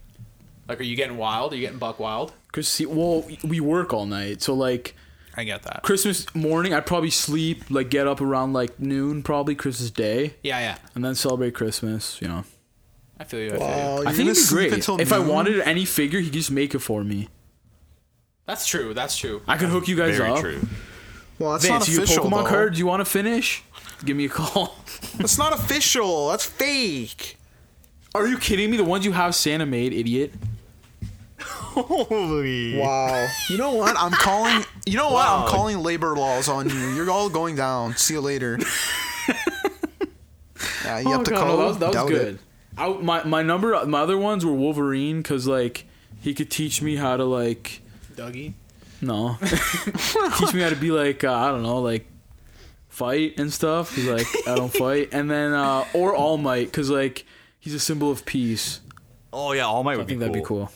S2: Like, are you getting wild? Are you getting buck wild?
S4: Cause see, well, we work all night, so like
S2: I get that.
S4: Christmas morning, I probably sleep, like get up around like noon, probably Christmas Day,
S2: Yeah, yeah.
S4: and then celebrate Christmas. You know,
S2: I feel you. I feel you.
S3: Wow,
S4: I
S3: you're
S4: think
S3: gonna
S4: it'd be
S3: sleep
S4: great. If
S3: until
S4: I
S3: noon?
S4: wanted any figure, he could just make it for me.
S2: That's true. That's true.
S4: I could hook you guys
S5: Very
S4: up.
S5: true.
S3: well, that's
S4: Vince,
S3: not
S4: you get
S3: official.
S4: Pokemon
S3: though.
S4: card? Do you want to finish? Give me a call.
S3: That's not official. That's fake.
S4: Are you kidding me? The ones you have Santa made, idiot.
S5: Holy.
S3: Wow. You know what? I'm calling. You know what? I'm calling labor laws on you. You're all going down. See you later. Yeah, you have to call.
S4: Oh, that was, that was
S3: Doubt
S4: good.
S3: It.
S4: I, my my number, my other ones were Wolverine, cause like he could teach me how to like
S2: Dougie.
S4: No. Teach me how to be like uh, I don't know, like fight and stuff. He's like I don't fight, and then uh, or All Might because like he's a symbol of peace.
S5: Oh yeah, all might
S4: I
S5: would
S4: think
S5: be,
S4: that'd be
S5: cool.
S4: cool.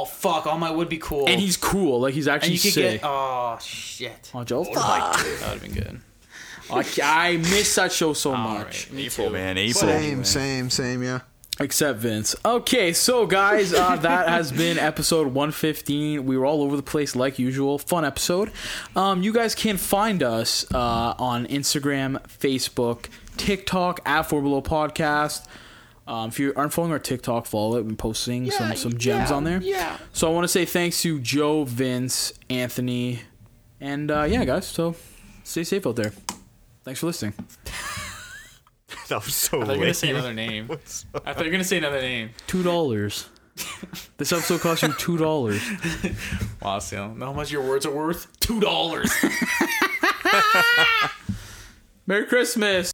S2: Oh fuck! All my would be cool.
S4: And he's cool. Like he's
S2: and
S4: actually
S2: you could
S4: sick.
S2: get. Oh shit.
S4: oh, Joe, fuck.
S2: That would have been good.
S4: Like, I miss that show so
S2: All
S4: much.
S2: right. Me
S5: April,
S2: too.
S5: man. April.
S3: Same, same, same. Yeah.
S4: Except Vince. Okay, so guys, uh, that has been episode 115. We were all over the place like usual. Fun episode. Um, you guys can find us uh, on Instagram, Facebook, TikTok at Four Below Podcast. Um, if you aren't following our TikTok, follow it. We've been posting some some gems on there. Yeah. So I want to say thanks to Joe, Vince, Anthony, and uh, yeah, guys. So stay safe out there. Thanks for listening.
S5: That was so
S2: I thought you were gonna
S5: lame.
S2: say another name. I thought you were gonna say another name.
S4: Two dollars. this episode cost you two dollars.
S2: Wow, Sam. Know how much your words are worth? Two dollars.
S4: Merry Christmas.